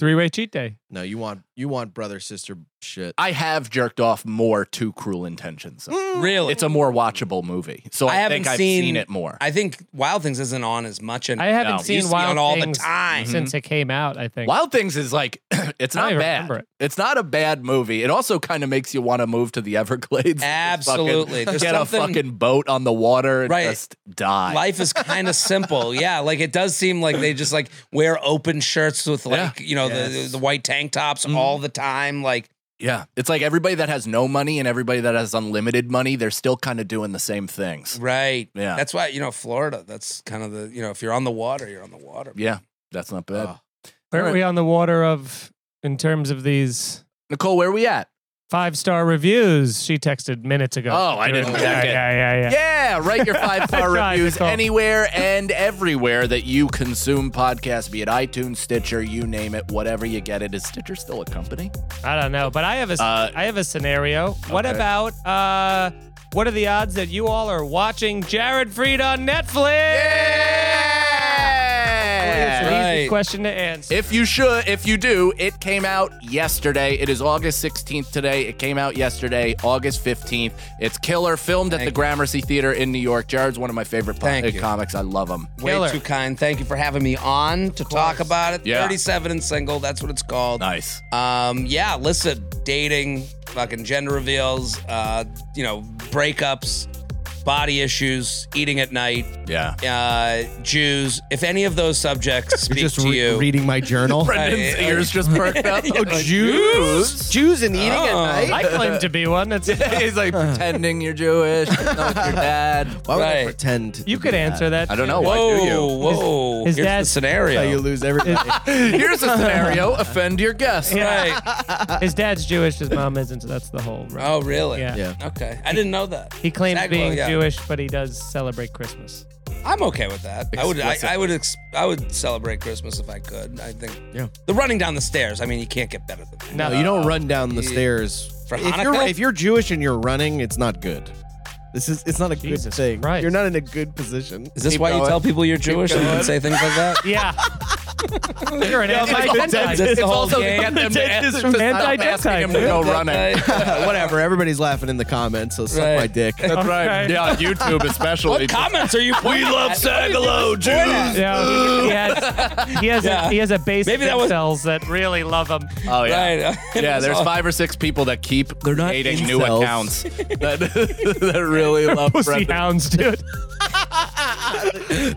Speaker 3: Three way cheat day.
Speaker 4: No, you want you want brother sister shit.
Speaker 2: I have jerked off more to Cruel Intentions.
Speaker 5: Really,
Speaker 2: It's a more watchable movie, so
Speaker 5: I
Speaker 2: I,
Speaker 5: haven't
Speaker 2: think I've
Speaker 5: seen-
Speaker 2: seen, it more.
Speaker 5: I think Wild Things isn't on as much. And
Speaker 3: I haven't
Speaker 2: No.
Speaker 5: It
Speaker 3: seen
Speaker 5: used to be
Speaker 3: Wild
Speaker 5: on all the
Speaker 3: Things
Speaker 5: time.
Speaker 3: since it came out. I think.
Speaker 2: Wild Things is like it's
Speaker 3: I
Speaker 2: not bad.
Speaker 3: remember it.
Speaker 2: It's not a bad movie. It also kind of makes you want to move to the Everglades. and just fucking
Speaker 5: Absolutely. There's
Speaker 2: get a
Speaker 5: something-
Speaker 2: fucking boat on the water and
Speaker 5: Right.
Speaker 2: just die.
Speaker 5: life is kind of simple. Yeah, like it does seem like they just like wear open shirts with like you know
Speaker 4: Yes.
Speaker 5: the the white tank tops all the time. Like
Speaker 2: yeah, it's like everybody that has no money and everybody that has unlimited money, they're still kind of doing the same things.
Speaker 5: right.
Speaker 2: Yeah.
Speaker 5: That's why you know Florida. That's kind of the you know if you're on the water, you're on the water.
Speaker 2: Yeah, that's not bad.
Speaker 4: Oh.
Speaker 3: Where are we on the water of in terms of these
Speaker 2: Nicole, where we at?
Speaker 3: five star reviews? She texted minutes ago.
Speaker 2: Oh, I didn't
Speaker 3: yeah,
Speaker 2: check it.
Speaker 3: Yeah, yeah, yeah.
Speaker 2: Yeah, write your five star
Speaker 3: That's right,
Speaker 2: reviews
Speaker 3: Nicole.
Speaker 2: anywhere and everywhere that you consume podcasts, be it iTunes, Stitcher, you name it, whatever you get it. Is Stitcher still a company?
Speaker 3: I don't know, but I have a
Speaker 2: Uh,
Speaker 3: I have a scenario. What
Speaker 2: okay.
Speaker 3: about uh what are the odds that you all are watching Jared Fried on Netflix?
Speaker 2: Yeah! Yeah.
Speaker 3: It's an easy
Speaker 5: Right.
Speaker 3: question to answer.
Speaker 2: If you should, if you do, it came out yesterday. It is August 16th today. It came out yesterday, August 15th. It's killer, filmed at
Speaker 5: Thank
Speaker 2: the
Speaker 5: you.
Speaker 2: Gramercy Theater in New York. Jared's one of my favorite po-
Speaker 5: Thank
Speaker 2: uh,
Speaker 5: you.
Speaker 2: comics. I love him.
Speaker 5: Way
Speaker 3: Killer.
Speaker 5: too kind. Thank you for having me on to talk about it.
Speaker 2: Yeah.
Speaker 5: 37 and single. That's what it's called.
Speaker 2: Nice.
Speaker 5: Um, yeah, listen, dating, fucking gender reveals, uh, you know, breakups, body issues, eating at night,
Speaker 2: Yeah.
Speaker 5: uh, Jews. If any of those subjects speak
Speaker 4: Just
Speaker 5: to
Speaker 4: re-
Speaker 5: you,
Speaker 4: reading my journal.
Speaker 2: Brendan's
Speaker 5: I- I-
Speaker 2: ears just perked up. oh, Jews?
Speaker 4: Jews and eating
Speaker 5: Oh.
Speaker 4: at night.
Speaker 3: I claim to be one. That's
Speaker 2: He's like pretending you're Jewish. No, it's your dad.
Speaker 4: Why would I
Speaker 5: Right.
Speaker 4: pretend? to
Speaker 3: you
Speaker 4: be
Speaker 3: could
Speaker 4: that?
Speaker 3: answer that.
Speaker 2: I don't
Speaker 3: too.
Speaker 2: know. Why do you?
Speaker 5: whoa, whoa,
Speaker 3: His- his
Speaker 5: here's the
Speaker 3: dad's-
Speaker 5: scenario.
Speaker 4: How you lose everything.
Speaker 2: Here's a scenario offend your guest.
Speaker 5: Right.
Speaker 3: His dad's Jewish. His mom isn't. So that's the whole. Right?
Speaker 5: Oh, really?
Speaker 3: Yeah.
Speaker 4: yeah.
Speaker 5: Okay. I didn't know
Speaker 2: Oh,
Speaker 5: that.
Speaker 3: He claims
Speaker 5: Exactly,
Speaker 3: being
Speaker 5: yeah.
Speaker 3: Jewish, but he does celebrate Christmas.
Speaker 5: I'm okay with that. I would. I, I
Speaker 2: Explicitly.
Speaker 5: would. Ex- I would celebrate Christmas if I could. I think.
Speaker 4: Yeah.
Speaker 5: The running down the stairs. I mean, you can't get better than that.
Speaker 3: No,
Speaker 4: No, you don't run down the
Speaker 5: yeah.
Speaker 4: stairs.
Speaker 5: For
Speaker 4: if you're
Speaker 5: Hanukkah?
Speaker 4: if you're Jewish and you're running, it's not good. This is it's not a good
Speaker 3: Jesus
Speaker 4: thing.
Speaker 3: Christ.
Speaker 4: You're not in a good position.
Speaker 5: Is this
Speaker 2: Keep
Speaker 5: why you
Speaker 2: going.
Speaker 5: tell people you're Jewish and
Speaker 2: going.
Speaker 5: then say things like that?
Speaker 3: Yeah. You're an
Speaker 4: dentist-
Speaker 3: anti-Gentile.
Speaker 5: That's the
Speaker 2: It's
Speaker 5: whole
Speaker 2: also to
Speaker 5: game.
Speaker 2: get them to
Speaker 3: Dentist
Speaker 2: answer,
Speaker 3: from
Speaker 2: stop
Speaker 3: anti-Gentile.
Speaker 2: asking him to go running.
Speaker 4: Whatever. Everybody's laughing in the comments, so suck
Speaker 5: Right.
Speaker 4: my dick.
Speaker 2: That's right.
Speaker 3: Okay.
Speaker 2: Yeah, on YouTube
Speaker 5: What
Speaker 2: especially.
Speaker 5: comments are you? We love Sagalo Jews.
Speaker 3: Yeah, he has he has,
Speaker 5: Yeah.
Speaker 3: a, he has a base
Speaker 5: Maybe
Speaker 3: of
Speaker 5: that was-
Speaker 3: cells that really love him.
Speaker 2: Oh yeah.
Speaker 5: Right.
Speaker 2: Yeah, there's
Speaker 5: So-
Speaker 2: five or six people that keep They're
Speaker 4: not
Speaker 2: creating new
Speaker 4: incels.
Speaker 2: accounts that, that really love
Speaker 3: Pussy
Speaker 2: Brendan.
Speaker 3: hounds, dude.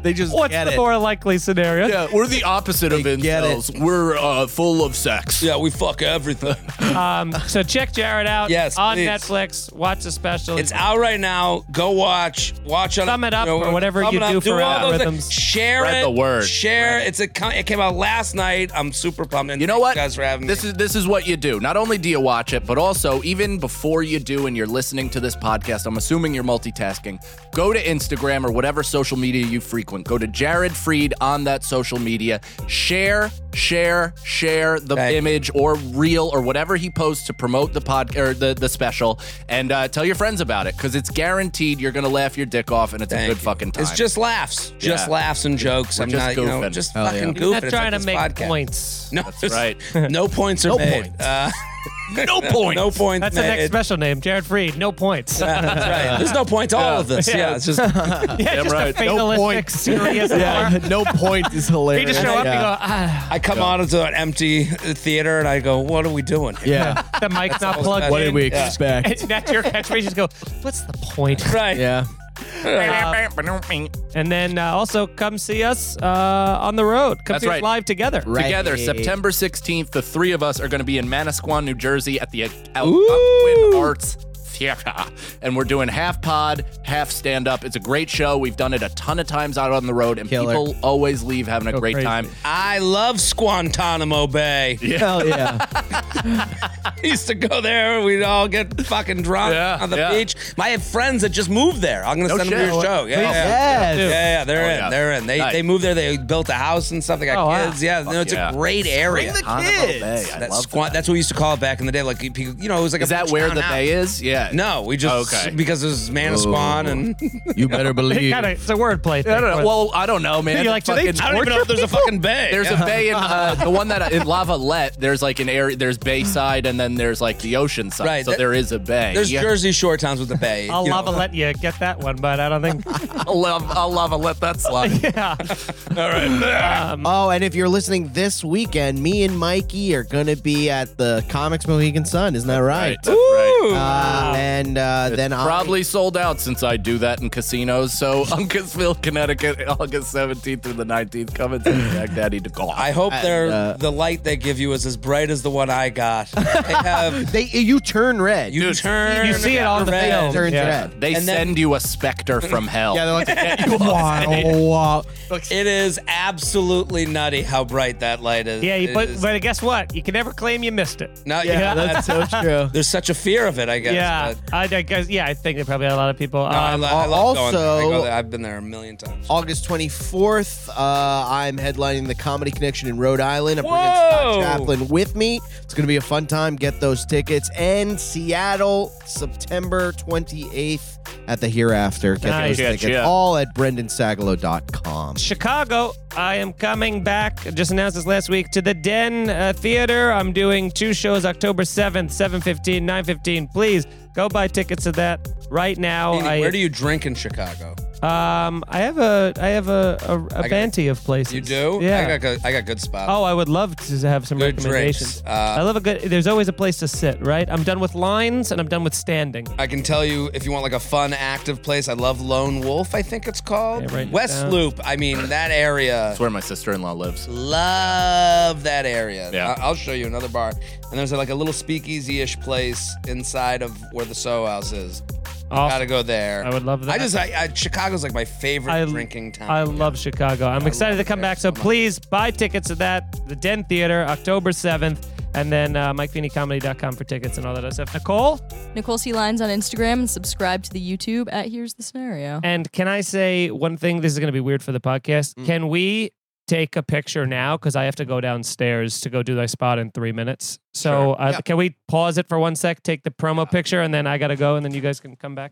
Speaker 4: They just
Speaker 3: What's
Speaker 4: get
Speaker 3: the
Speaker 4: it.
Speaker 3: more likely scenario?
Speaker 2: Yeah, we're the opposite of
Speaker 4: get it.
Speaker 2: incels. We're uh, full of sex.
Speaker 5: Yeah, we fuck everything.
Speaker 3: Um, so check Jared out
Speaker 5: Yes,
Speaker 3: on
Speaker 5: please.
Speaker 3: Netflix. Watch the special.
Speaker 5: It's out right now. Go watch. Watch on
Speaker 3: Thumb it up or whatever
Speaker 5: thumb
Speaker 3: you
Speaker 5: it up.
Speaker 3: do for
Speaker 5: all those
Speaker 3: algorithms.
Speaker 5: things. Share
Speaker 2: Spread
Speaker 5: it.
Speaker 2: the word.
Speaker 5: Share. It's a. co- It came out last night. I'm super pumped. And
Speaker 2: You know
Speaker 5: thank
Speaker 2: what?
Speaker 5: Guys, for having
Speaker 2: this
Speaker 5: me.
Speaker 2: is this is what you do. Not only do you watch it, but also even before you do and you're listening to this podcast, I'm assuming you're multitasking. Go to Instagram or whatever social media you frequent. Go to Jared Freed on that social media. Share, share, share the
Speaker 5: Thank you.
Speaker 2: image or reel or whatever he posts to promote the pod or the, the special and uh, tell your friends about it because it's guaranteed you're gonna laugh your dick off and it's
Speaker 5: Thank
Speaker 2: a good
Speaker 5: you.
Speaker 2: fucking time.
Speaker 5: It's just laughs. Just
Speaker 2: Yeah.
Speaker 5: laughs and jokes.
Speaker 2: We're
Speaker 5: I'm
Speaker 2: just
Speaker 5: not. You know,
Speaker 2: goofing.
Speaker 5: just
Speaker 4: Hell yeah.
Speaker 5: fucking
Speaker 4: He's
Speaker 5: goofing.
Speaker 3: not
Speaker 5: It's
Speaker 3: trying
Speaker 5: like
Speaker 3: to
Speaker 5: this
Speaker 3: make
Speaker 5: podcast.
Speaker 3: points.
Speaker 5: No,
Speaker 2: That's right.
Speaker 5: No points are
Speaker 4: No
Speaker 5: made.
Speaker 4: points.
Speaker 5: Uh,
Speaker 2: no point.
Speaker 5: no points.
Speaker 3: That's
Speaker 5: made.
Speaker 3: the next special name, Jared Freed. No points. Yeah,
Speaker 5: That's right. There's no point to all of this. Yeah, it's just
Speaker 3: just
Speaker 2: right.
Speaker 3: a fatalistic,
Speaker 4: points.
Speaker 3: serious.
Speaker 4: Yeah,
Speaker 3: yeah.
Speaker 4: no point is hilarious.
Speaker 3: He just show up "Ah,
Speaker 4: yeah.
Speaker 3: and
Speaker 5: I come out into an empty theater and I go, "What are we doing?" here?"
Speaker 4: Yeah.
Speaker 3: go, ah, the mic's not
Speaker 5: all
Speaker 3: plugged
Speaker 5: special.
Speaker 4: What
Speaker 3: in.
Speaker 4: did we
Speaker 5: Yeah.
Speaker 4: expect?
Speaker 3: That's your catchphrase. Just go, what's the point?
Speaker 5: Right.
Speaker 4: Yeah.
Speaker 3: And then uh, also come see us uh, on the road. Come
Speaker 2: That's
Speaker 3: see
Speaker 2: right.
Speaker 3: us live together.
Speaker 4: Right.
Speaker 2: Together, September 16th, the three of us are going to be in Manasquan, New Jersey at the
Speaker 5: Ooh.
Speaker 2: Algonquin Arts Theater. And we're doing half pod, half stand up. It's a great show. We've done it a ton of times out on the road, and
Speaker 4: Killer.
Speaker 2: people always leave having a
Speaker 3: Go
Speaker 2: great
Speaker 3: crazy.
Speaker 2: time.
Speaker 5: I love Guantanamo Bay.
Speaker 4: Hell yeah.
Speaker 5: I used to go there. We'd all get fucking drunk
Speaker 2: Yeah,
Speaker 5: on the
Speaker 2: yeah.
Speaker 5: beach. I have friends that just moved there. I'm gonna
Speaker 2: No
Speaker 5: send
Speaker 2: shit.
Speaker 5: them to your show. Yeah, yeah. yeah.
Speaker 4: yes.
Speaker 5: yeah, they're
Speaker 2: Oh,
Speaker 5: in.
Speaker 2: yeah.
Speaker 5: They're in. They
Speaker 2: Nice.
Speaker 5: they moved there. They built a house and stuff. They got
Speaker 3: Oh, wow.
Speaker 5: kids. Yeah, no, it's
Speaker 2: yeah.
Speaker 5: a great area.
Speaker 2: Bay. I
Speaker 5: That
Speaker 2: love
Speaker 5: squat. That's what we used to call it back in the day. Like people, you know, it was like
Speaker 2: Is
Speaker 5: a
Speaker 2: that where
Speaker 5: town
Speaker 2: the
Speaker 5: out.
Speaker 2: bay is? Yeah.
Speaker 5: No, we just
Speaker 2: Okay.
Speaker 5: because there's Manasquan and
Speaker 4: You better believe.
Speaker 3: Kinda, it's a wordplay thing.
Speaker 2: I don't know. Well, I don't know, man.
Speaker 3: You're like, do they
Speaker 2: Fucking-
Speaker 5: I don't even know if there's a fucking bay.
Speaker 2: There's a bay in uh, the one that in Lavalette. There's like an area. There's bayside, and then there's like the ocean side.
Speaker 5: Right,
Speaker 2: So
Speaker 5: that-
Speaker 2: there is a bay.
Speaker 5: There's
Speaker 2: Yeah.
Speaker 5: Jersey Shore towns with the bay.
Speaker 3: I'll
Speaker 5: you know.
Speaker 3: lava let you get that one, but I don't think.
Speaker 2: I'll love, I'll love, I'll let that slide.
Speaker 3: yeah.
Speaker 4: Oh, and if you're listening this weekend, me and Mikey are going to be at the Comics Mohegan Sun. Isn't that right?
Speaker 2: That's right.
Speaker 5: Ooh.
Speaker 4: Uh, and uh,
Speaker 2: It's
Speaker 4: then I-
Speaker 2: probably sold out since I do that in casinos. So Uncasville, Connecticut, August 17th through the 19th. Come and see Jack Daddy to call.
Speaker 5: I hope they're,
Speaker 4: uh,
Speaker 5: the light they give you is as bright as the one I got. They have
Speaker 4: they you turn red.
Speaker 5: you turn,
Speaker 3: You see it on the
Speaker 5: red.
Speaker 3: film.
Speaker 4: turn
Speaker 3: Yeah.
Speaker 4: red.
Speaker 2: they
Speaker 5: and then-
Speaker 2: send you a specter from hell.
Speaker 4: Yeah, they're like, wow.
Speaker 5: It is absolutely nutty how bright that light is.
Speaker 3: Yeah, you,
Speaker 5: It
Speaker 3: but
Speaker 5: is-
Speaker 3: but guess what? You can never claim you missed it.
Speaker 5: no,
Speaker 4: Yeah,
Speaker 5: yeah,
Speaker 4: that's so true.
Speaker 5: there's such a fear of it. I guess.
Speaker 3: yeah,
Speaker 5: but-
Speaker 3: I, I guess. Yeah, I think there probably are a lot of people.
Speaker 5: No, I,
Speaker 3: um,
Speaker 5: lo- I love going there. I
Speaker 4: also-
Speaker 5: go there. I've been there a million times.
Speaker 4: August 24th, uh, I'm headlining the Comedy Connection in Rhode Island. I'm
Speaker 5: Whoa.
Speaker 4: bringing Scott Chaplin with me. It's going to be a fun time. Get those tickets. And Seattle, September 28th at the Hereafter. Get
Speaker 3: Nice.
Speaker 4: those
Speaker 2: Yeah,
Speaker 4: tickets
Speaker 2: yeah.
Speaker 4: all at brendansagalo.com.
Speaker 3: Chicago, I am coming back. Just announced this last week to the Den uh, Theater. I'm doing two shows October 7th, 7:15, 9:15. Please go buy tickets to that right now.
Speaker 5: Meaning,
Speaker 3: I,
Speaker 5: where do you drink in Chicago?
Speaker 3: um I have a I have a a, a
Speaker 5: got-
Speaker 3: banty of places.
Speaker 5: You do?
Speaker 3: Yeah.
Speaker 5: I got good, I got good spots.
Speaker 3: Oh, I would love to have some
Speaker 5: Good
Speaker 3: recommendations.
Speaker 5: drinks. Uh,
Speaker 3: I love a good. There's always a place to sit, right? I'm done with lines and I'm done with standing.
Speaker 5: I can tell you if you want like a fun, active place. I love Lone Wolf. I think it's called
Speaker 3: Yeah, write it
Speaker 5: West
Speaker 3: down.
Speaker 5: Loop. I mean that area.
Speaker 2: That's where my sister in law lives.
Speaker 5: Love that area.
Speaker 2: Yeah.
Speaker 5: I- will show you another bar. And there's like a little speakeasy-ish place inside of where the Soho House is. Gotta
Speaker 3: Awesome.
Speaker 5: go there.
Speaker 3: I would love that.
Speaker 5: I just, I, I, Chicago's like my favorite
Speaker 3: I-
Speaker 5: drinking town.
Speaker 3: I love Chicago. I'm excited to
Speaker 5: love
Speaker 3: come
Speaker 5: it
Speaker 3: back.
Speaker 5: so
Speaker 3: So
Speaker 5: much.
Speaker 3: please buy tickets to that. The Den Theater, October 7th. And then uh, MikeFeeneyComedy.com for tickets and all that other stuff. Nicole?
Speaker 6: Nicole C. Lines on Instagram and subscribe to the YouTube at Here's the Scenario.
Speaker 3: And can I say one thing? This is going to be weird for the podcast. Can we take a picture now? Because I have to go downstairs to go do my spot in three minutes. So uh,
Speaker 5: Yeah.
Speaker 3: can we pause it for one sec, take the promo picture, and then I got to go, and then you guys can come back?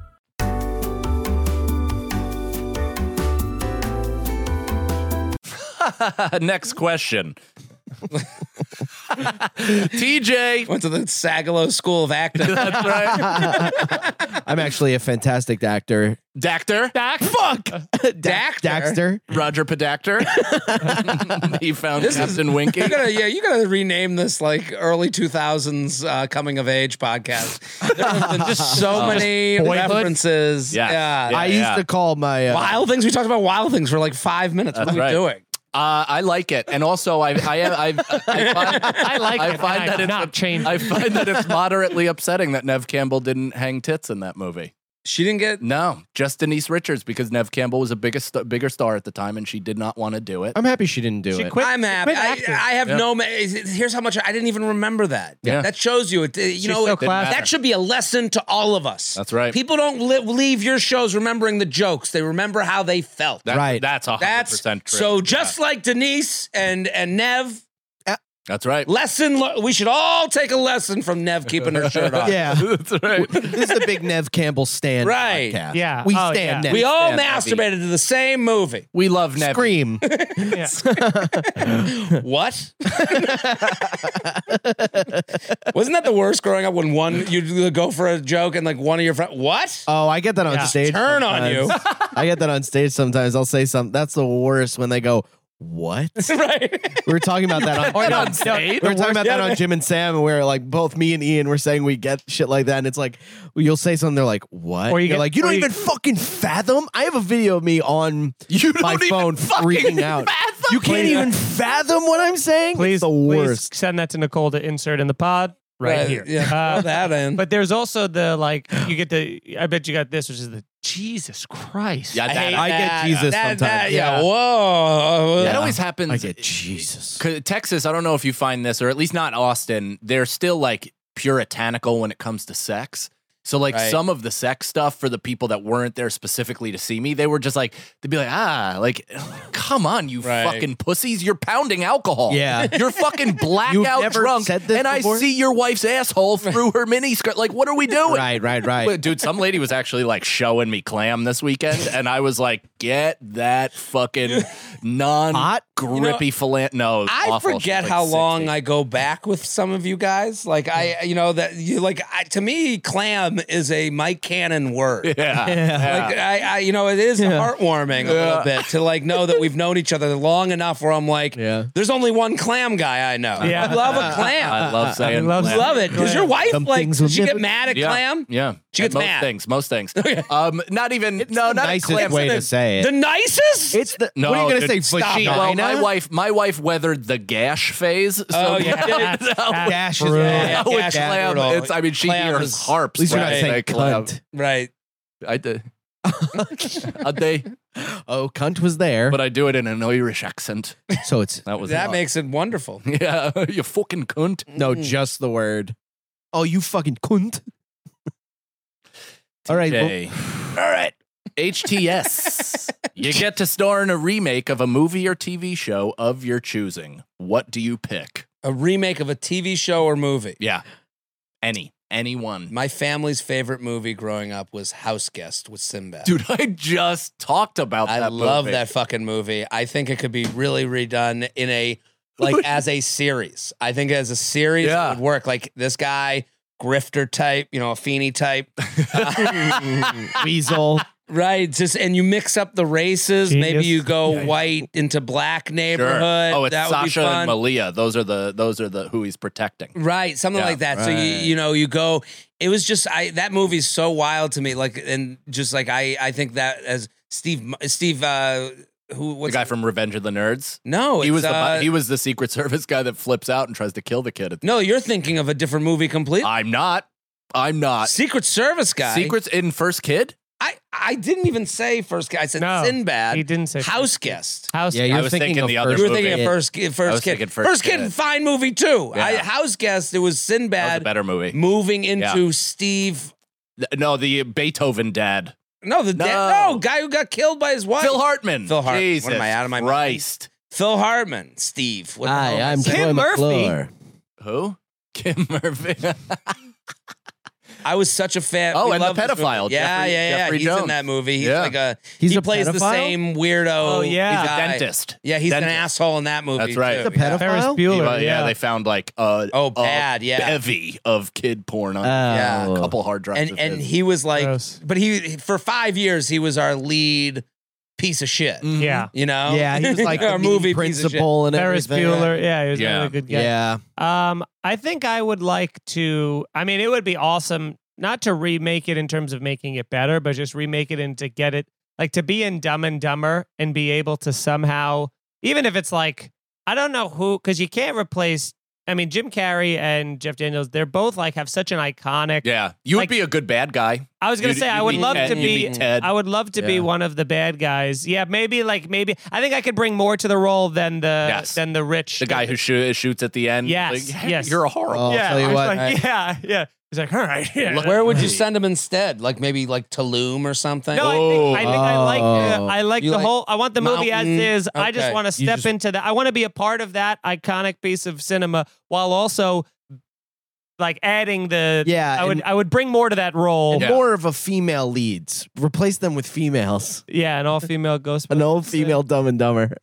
Speaker 2: Next question. TJ.
Speaker 5: Went to the Sagalo School of Acting.
Speaker 2: That's right.
Speaker 4: I'm actually a fantastic actor.
Speaker 2: Dactor.
Speaker 3: Back. Fuck.
Speaker 5: Dax-
Speaker 4: Daxter.
Speaker 2: Roger Pedactor. he found Captain Winky.
Speaker 5: You gotta, yeah, you gotta rename this like early 2000s uh, coming of age podcast. There have been just so many
Speaker 3: boyhood?
Speaker 5: references.
Speaker 2: Yes.
Speaker 5: Yeah.
Speaker 4: I
Speaker 2: Yeah,
Speaker 4: used
Speaker 2: yeah.
Speaker 4: to call my uh,
Speaker 5: Wild things. We talked about wild things for like five minutes. what
Speaker 2: That's
Speaker 5: are we
Speaker 2: right.
Speaker 5: doing?
Speaker 2: Uh, I like it, and also I I I, I, I find,
Speaker 3: I like it, and I not changed
Speaker 2: I
Speaker 3: it.
Speaker 2: find that it's moderately upsetting that Nev Campbell didn't hang tits in that movie.
Speaker 5: She didn't get.
Speaker 2: No, just Denise Richards because Nev Campbell was a biggest bigger star at the time, and she did not want to do it.
Speaker 4: I'm happy she didn't do
Speaker 3: She
Speaker 4: it.
Speaker 3: quit.
Speaker 5: I'm
Speaker 3: she
Speaker 5: happy.
Speaker 3: quit
Speaker 5: I,
Speaker 3: acting.
Speaker 5: I have
Speaker 2: Yeah.
Speaker 5: no. ma- is- is- Here's how much I didn't even remember that.
Speaker 2: Yeah.
Speaker 5: That shows you. It, you know,
Speaker 3: so
Speaker 5: it-
Speaker 3: classy.
Speaker 5: that should be a lesson to all of us.
Speaker 2: That's right.
Speaker 5: People don't li- leave your shows remembering the jokes. They remember how they felt.
Speaker 2: That-
Speaker 4: Right.
Speaker 2: That's a hundred
Speaker 5: That's
Speaker 2: percent true.
Speaker 5: so. Just like Denise and and Nev,
Speaker 2: that's right.
Speaker 5: lesson. le- We should all take a lesson from Nev keeping her shirt on.
Speaker 4: Yeah.
Speaker 2: that's right.
Speaker 4: this is the big Nev Campbell stand
Speaker 5: Right.
Speaker 4: podcast.
Speaker 3: Yeah.
Speaker 4: We
Speaker 3: Oh,
Speaker 4: stand
Speaker 3: yeah.
Speaker 4: Nev.
Speaker 5: We all
Speaker 2: Stand, Nevi.
Speaker 5: masturbated to the same movie.
Speaker 2: We love Nev.
Speaker 4: scream.
Speaker 3: Yeah.
Speaker 5: What? Wasn't that the worst growing up when one you'd go for a joke and like one of your friends what?
Speaker 4: oh, I get that on
Speaker 3: Yeah.
Speaker 4: stage.
Speaker 5: Turn on
Speaker 4: sometimes. I get that on stage sometimes. I'll say something. That's the worst when they go, What?
Speaker 5: right.
Speaker 4: We were talking about that on,
Speaker 3: no, no,
Speaker 4: We were talking about that on Jim and Sam, and we are like both me and Ian were saying we get shit like that, and it's like you'll say something, they're like, "What?"
Speaker 3: Or you
Speaker 4: You're
Speaker 3: get-
Speaker 4: like, "You
Speaker 3: or
Speaker 4: don't
Speaker 3: you-
Speaker 4: even fucking fathom." I have a video of me on
Speaker 2: You don't
Speaker 4: my
Speaker 2: even
Speaker 4: phone
Speaker 2: fucking
Speaker 4: freaking out.
Speaker 2: fathom.
Speaker 4: You can't even fathom what I'm saying.
Speaker 3: Please,
Speaker 4: it's the
Speaker 3: please
Speaker 4: worst.
Speaker 3: send that to Nicole to insert in the pod right here.
Speaker 5: Yeah.
Speaker 3: Uh,
Speaker 5: throw that in.
Speaker 3: But there's also the like you get the I bet you got this, which is the Jesus Christ.
Speaker 2: Yeah, that,
Speaker 5: hate
Speaker 4: I get
Speaker 5: that.
Speaker 4: Jesus
Speaker 5: That-
Speaker 4: sometimes.
Speaker 5: that- yeah.
Speaker 3: Yeah.
Speaker 5: Whoa.
Speaker 2: that always happens.
Speaker 4: I get Jesus.
Speaker 2: 'Cause Texas, I don't know if you find this, or at least not Austin, they're still like puritanical when it comes to sex. So like
Speaker 5: Right.
Speaker 2: some of the sex stuff for the people that weren't there specifically to see me, they were just like they'd be like, ah, like, come on, you
Speaker 5: Right.
Speaker 2: fucking pussies, you're pounding alcohol,
Speaker 4: Yeah.
Speaker 2: you're fucking blackout
Speaker 4: never
Speaker 2: drunk,
Speaker 4: said this
Speaker 2: and I
Speaker 4: before?
Speaker 2: see your wife's asshole through her mini skirt. Like, what are we doing?
Speaker 4: Right, right,
Speaker 2: But
Speaker 4: right.
Speaker 2: dude, some lady was actually like showing me clam this weekend, and I was like, "Get that fucking non
Speaker 4: Hot?
Speaker 2: grippy philan." No,
Speaker 5: I forget how long I go back with some of you guys. Like I you know that you like I, to me clam is a Mike Cannon word.
Speaker 2: Yeah,
Speaker 5: Like I, I, you know, it is heartwarming a little bit to like know that we've known each other long enough where I'm like,
Speaker 4: Yeah.
Speaker 5: there's only one clam guy I know.
Speaker 3: Yeah.
Speaker 5: I love a clam.
Speaker 2: I love saying
Speaker 3: love
Speaker 2: clam.
Speaker 5: love it. Does your wife
Speaker 4: Some
Speaker 5: like?
Speaker 4: things
Speaker 5: Does she
Speaker 4: will
Speaker 5: get
Speaker 4: never-
Speaker 5: mad at
Speaker 2: Yeah,
Speaker 5: clam?
Speaker 2: Yeah,
Speaker 5: She gets
Speaker 2: most
Speaker 5: mad.
Speaker 2: things. Most things. um, not even no, not
Speaker 4: nicest
Speaker 2: clam.
Speaker 4: way to say it.
Speaker 5: The nicest.
Speaker 4: it's the
Speaker 2: No,
Speaker 4: what are you gonna
Speaker 2: dude,
Speaker 4: say?
Speaker 2: stop.
Speaker 4: Vagina?
Speaker 2: Well, my wife, my wife weathered the gash phase. So
Speaker 5: Oh,
Speaker 2: we
Speaker 5: yeah.
Speaker 2: don't
Speaker 5: That's-
Speaker 2: know
Speaker 4: Gash is
Speaker 3: Brutal.
Speaker 4: bad.
Speaker 5: Yeah,
Speaker 2: how it's
Speaker 5: gash is
Speaker 2: clam.
Speaker 5: brutal.
Speaker 2: It's, I mean, she
Speaker 5: Clam
Speaker 2: hears
Speaker 5: is-
Speaker 2: harps.
Speaker 4: At least you're not
Speaker 2: when
Speaker 5: Right.
Speaker 2: they
Speaker 4: saying
Speaker 2: clam.
Speaker 4: cunt.
Speaker 5: right.
Speaker 2: I did. A day.
Speaker 4: oh, cunt was there.
Speaker 2: but I do it in an Irish accent.
Speaker 4: so it's
Speaker 2: That was
Speaker 5: that
Speaker 2: it.
Speaker 5: makes it wonderful.
Speaker 2: yeah, you fucking cunt.
Speaker 4: Mm. no, just the word. Oh, you fucking cunt. All right. well-
Speaker 2: Okay. All right. HTS. you get to star in a remake of a movie or TV show of your choosing. What do you pick?
Speaker 5: A remake of a TV show or movie.
Speaker 2: Yeah. Any. Anyone.
Speaker 5: My family's favorite movie growing up was House Guest with Sinbad.
Speaker 2: Dude, I just talked about
Speaker 5: I
Speaker 2: that.
Speaker 5: love
Speaker 2: movie.
Speaker 5: that fucking movie. I think it could be really redone in a like as a series. I think as a series
Speaker 2: Yeah.
Speaker 5: it would work. Like this guy, grifter type, you know, a feeny type.
Speaker 4: Weasel.
Speaker 5: right. Just and you mix up the races. Maybe
Speaker 3: Genius.
Speaker 5: you go
Speaker 3: Yeah, yeah.
Speaker 5: white into black
Speaker 2: Sure.
Speaker 5: neighborhood.
Speaker 2: Oh, it's
Speaker 5: that would be
Speaker 2: Sasha
Speaker 5: fun. Mm,
Speaker 2: and Malia. Those are the those are the who he's protecting.
Speaker 5: Right, something
Speaker 2: Yeah.
Speaker 5: like that. So you
Speaker 4: Right.
Speaker 5: you know you go. It was just I that movie's so wild to me. Like and just like I I think that as Steve Steve uh who
Speaker 2: The
Speaker 5: what's
Speaker 2: guy from Revenge of the Nerds.
Speaker 5: no
Speaker 2: he was the
Speaker 5: uh,
Speaker 2: he was the Secret Service guy that flips out and tries to kill the kid. At the,
Speaker 5: no you're thinking of a different movie completely.
Speaker 2: I'm not. I'm not.
Speaker 5: Secret Service guy.
Speaker 2: Secrets in First Kid.
Speaker 5: I I didn't even say first guy. I said
Speaker 3: No,
Speaker 5: Sinbad.
Speaker 3: he didn't say
Speaker 5: house guest.
Speaker 3: House.
Speaker 4: Yeah, you're
Speaker 2: was
Speaker 4: thinking,
Speaker 2: thinking
Speaker 4: of
Speaker 2: the other
Speaker 5: You
Speaker 4: first-
Speaker 5: were thinking of
Speaker 4: Kid.
Speaker 5: first kid. First
Speaker 2: I was
Speaker 5: kid.
Speaker 2: thinking First Kid.
Speaker 5: kid. Fine movie too. I,
Speaker 2: Yeah.
Speaker 5: house guest. It
Speaker 2: That was
Speaker 5: was
Speaker 2: a
Speaker 5: Sinbad
Speaker 2: better movie.
Speaker 5: moving
Speaker 2: Yeah.
Speaker 5: into Steve.
Speaker 2: Th- No, the Beethoven dad.
Speaker 5: No, the dad-
Speaker 2: No.
Speaker 5: no guy who got killed by his wife.
Speaker 2: Phil Hartman.
Speaker 5: Phil Hartman. What
Speaker 2: Jesus
Speaker 5: am I, out of my mind?
Speaker 2: Christ.
Speaker 5: Phil Hartman, Steve. What the hell am
Speaker 4: Hi,
Speaker 5: I
Speaker 4: I'm
Speaker 5: saying?
Speaker 4: Troy
Speaker 3: Kim Murphy.
Speaker 4: McClure.
Speaker 2: Who? Kim Murphy.
Speaker 5: I was such a fan.
Speaker 2: Oh,
Speaker 5: We
Speaker 2: and the
Speaker 5: love this movie.
Speaker 2: pedophile,
Speaker 5: Yeah,
Speaker 2: Jeffrey-
Speaker 5: yeah, yeah.
Speaker 2: Jeffrey
Speaker 5: He's
Speaker 2: Jones.
Speaker 5: in that movie. He's
Speaker 2: Yeah.
Speaker 5: like a
Speaker 4: He's
Speaker 5: he
Speaker 4: a
Speaker 5: plays the
Speaker 4: pedophile?
Speaker 5: same weirdo.
Speaker 3: Oh, yeah.
Speaker 2: He's a
Speaker 5: guy.
Speaker 2: dentist.
Speaker 5: Yeah, he's an
Speaker 2: Dentist.
Speaker 5: asshole in that movie.
Speaker 2: That's right.
Speaker 5: too.
Speaker 2: He's a
Speaker 5: Yeah.
Speaker 3: Ferris
Speaker 4: Pedophile?
Speaker 2: He- uh,
Speaker 3: Bueller.
Speaker 2: yeah,
Speaker 3: yeah,
Speaker 2: they found like a,
Speaker 5: Oh,
Speaker 2: a
Speaker 5: bad. Yeah.
Speaker 2: bevy of kid porn on
Speaker 4: Oh.
Speaker 2: a couple hard drives.
Speaker 5: and
Speaker 2: of
Speaker 5: and
Speaker 2: his.
Speaker 5: he was like,
Speaker 3: Gross.
Speaker 5: but he for five years he was our lead piece of shit.
Speaker 2: Mhm.
Speaker 3: yeah.
Speaker 5: You know,
Speaker 4: Mm. Yeah, he was like
Speaker 5: Oh. our
Speaker 4: a
Speaker 5: movie
Speaker 4: movie
Speaker 5: piece of shit.
Speaker 4: principal and
Speaker 3: Ferris
Speaker 4: everything.
Speaker 3: Bueller. Yeah, he was
Speaker 2: Yeah.
Speaker 3: a really good guy.
Speaker 4: Yeah.
Speaker 3: Um, I think I would like to. I mean, it would be awesome not to remake it in terms of making it better, but just remake it and to get it like to be in Dumb and Dumber and be able to somehow, even if it's like I don't know who, because you can't replace. I mean, Jim Carrey and Jeff Daniels, they're both like have such an iconic.
Speaker 2: yeah, you would
Speaker 3: like-
Speaker 2: be a good bad guy.
Speaker 3: I was gonna
Speaker 2: You'd-
Speaker 3: say I
Speaker 2: you'd
Speaker 3: would
Speaker 2: be
Speaker 3: love
Speaker 2: Ted-
Speaker 3: to
Speaker 2: you'd
Speaker 3: be.
Speaker 2: Ted.
Speaker 3: I would love to be
Speaker 4: Yeah.
Speaker 3: one of the bad guys. Yeah, maybe like maybe I think I could bring more to the role than the
Speaker 2: Yes.
Speaker 3: than the rich
Speaker 2: the guy who shoo- shoots at the end.
Speaker 3: Yes,
Speaker 2: Like,
Speaker 3: yes. Oh.
Speaker 2: You're a horrible.
Speaker 4: I'll tell you
Speaker 3: I was
Speaker 4: what,
Speaker 3: like, yeah, yeah. He's like, all right. Yeah.
Speaker 2: Look-
Speaker 5: Where would you
Speaker 2: Hey.
Speaker 5: send him instead? Like maybe like Tulum or something.
Speaker 3: no, I think, I, think I like
Speaker 4: Oh.
Speaker 3: the, I like
Speaker 5: You
Speaker 3: the
Speaker 5: like
Speaker 3: whole. I want the movie as
Speaker 5: mountain?
Speaker 3: is. I just
Speaker 5: Okay.
Speaker 3: want to
Speaker 4: You
Speaker 3: step
Speaker 4: just-
Speaker 3: into that. I want to be a part of that iconic piece of cinema while also like adding the.
Speaker 4: Yeah,
Speaker 3: I would
Speaker 4: and-
Speaker 3: I would bring more to that role.
Speaker 4: And
Speaker 3: Yeah,
Speaker 2: Yeah.
Speaker 4: more of a female leads. Replace them with females.
Speaker 3: an all female ghost.
Speaker 4: An old female Dumb and Dumber.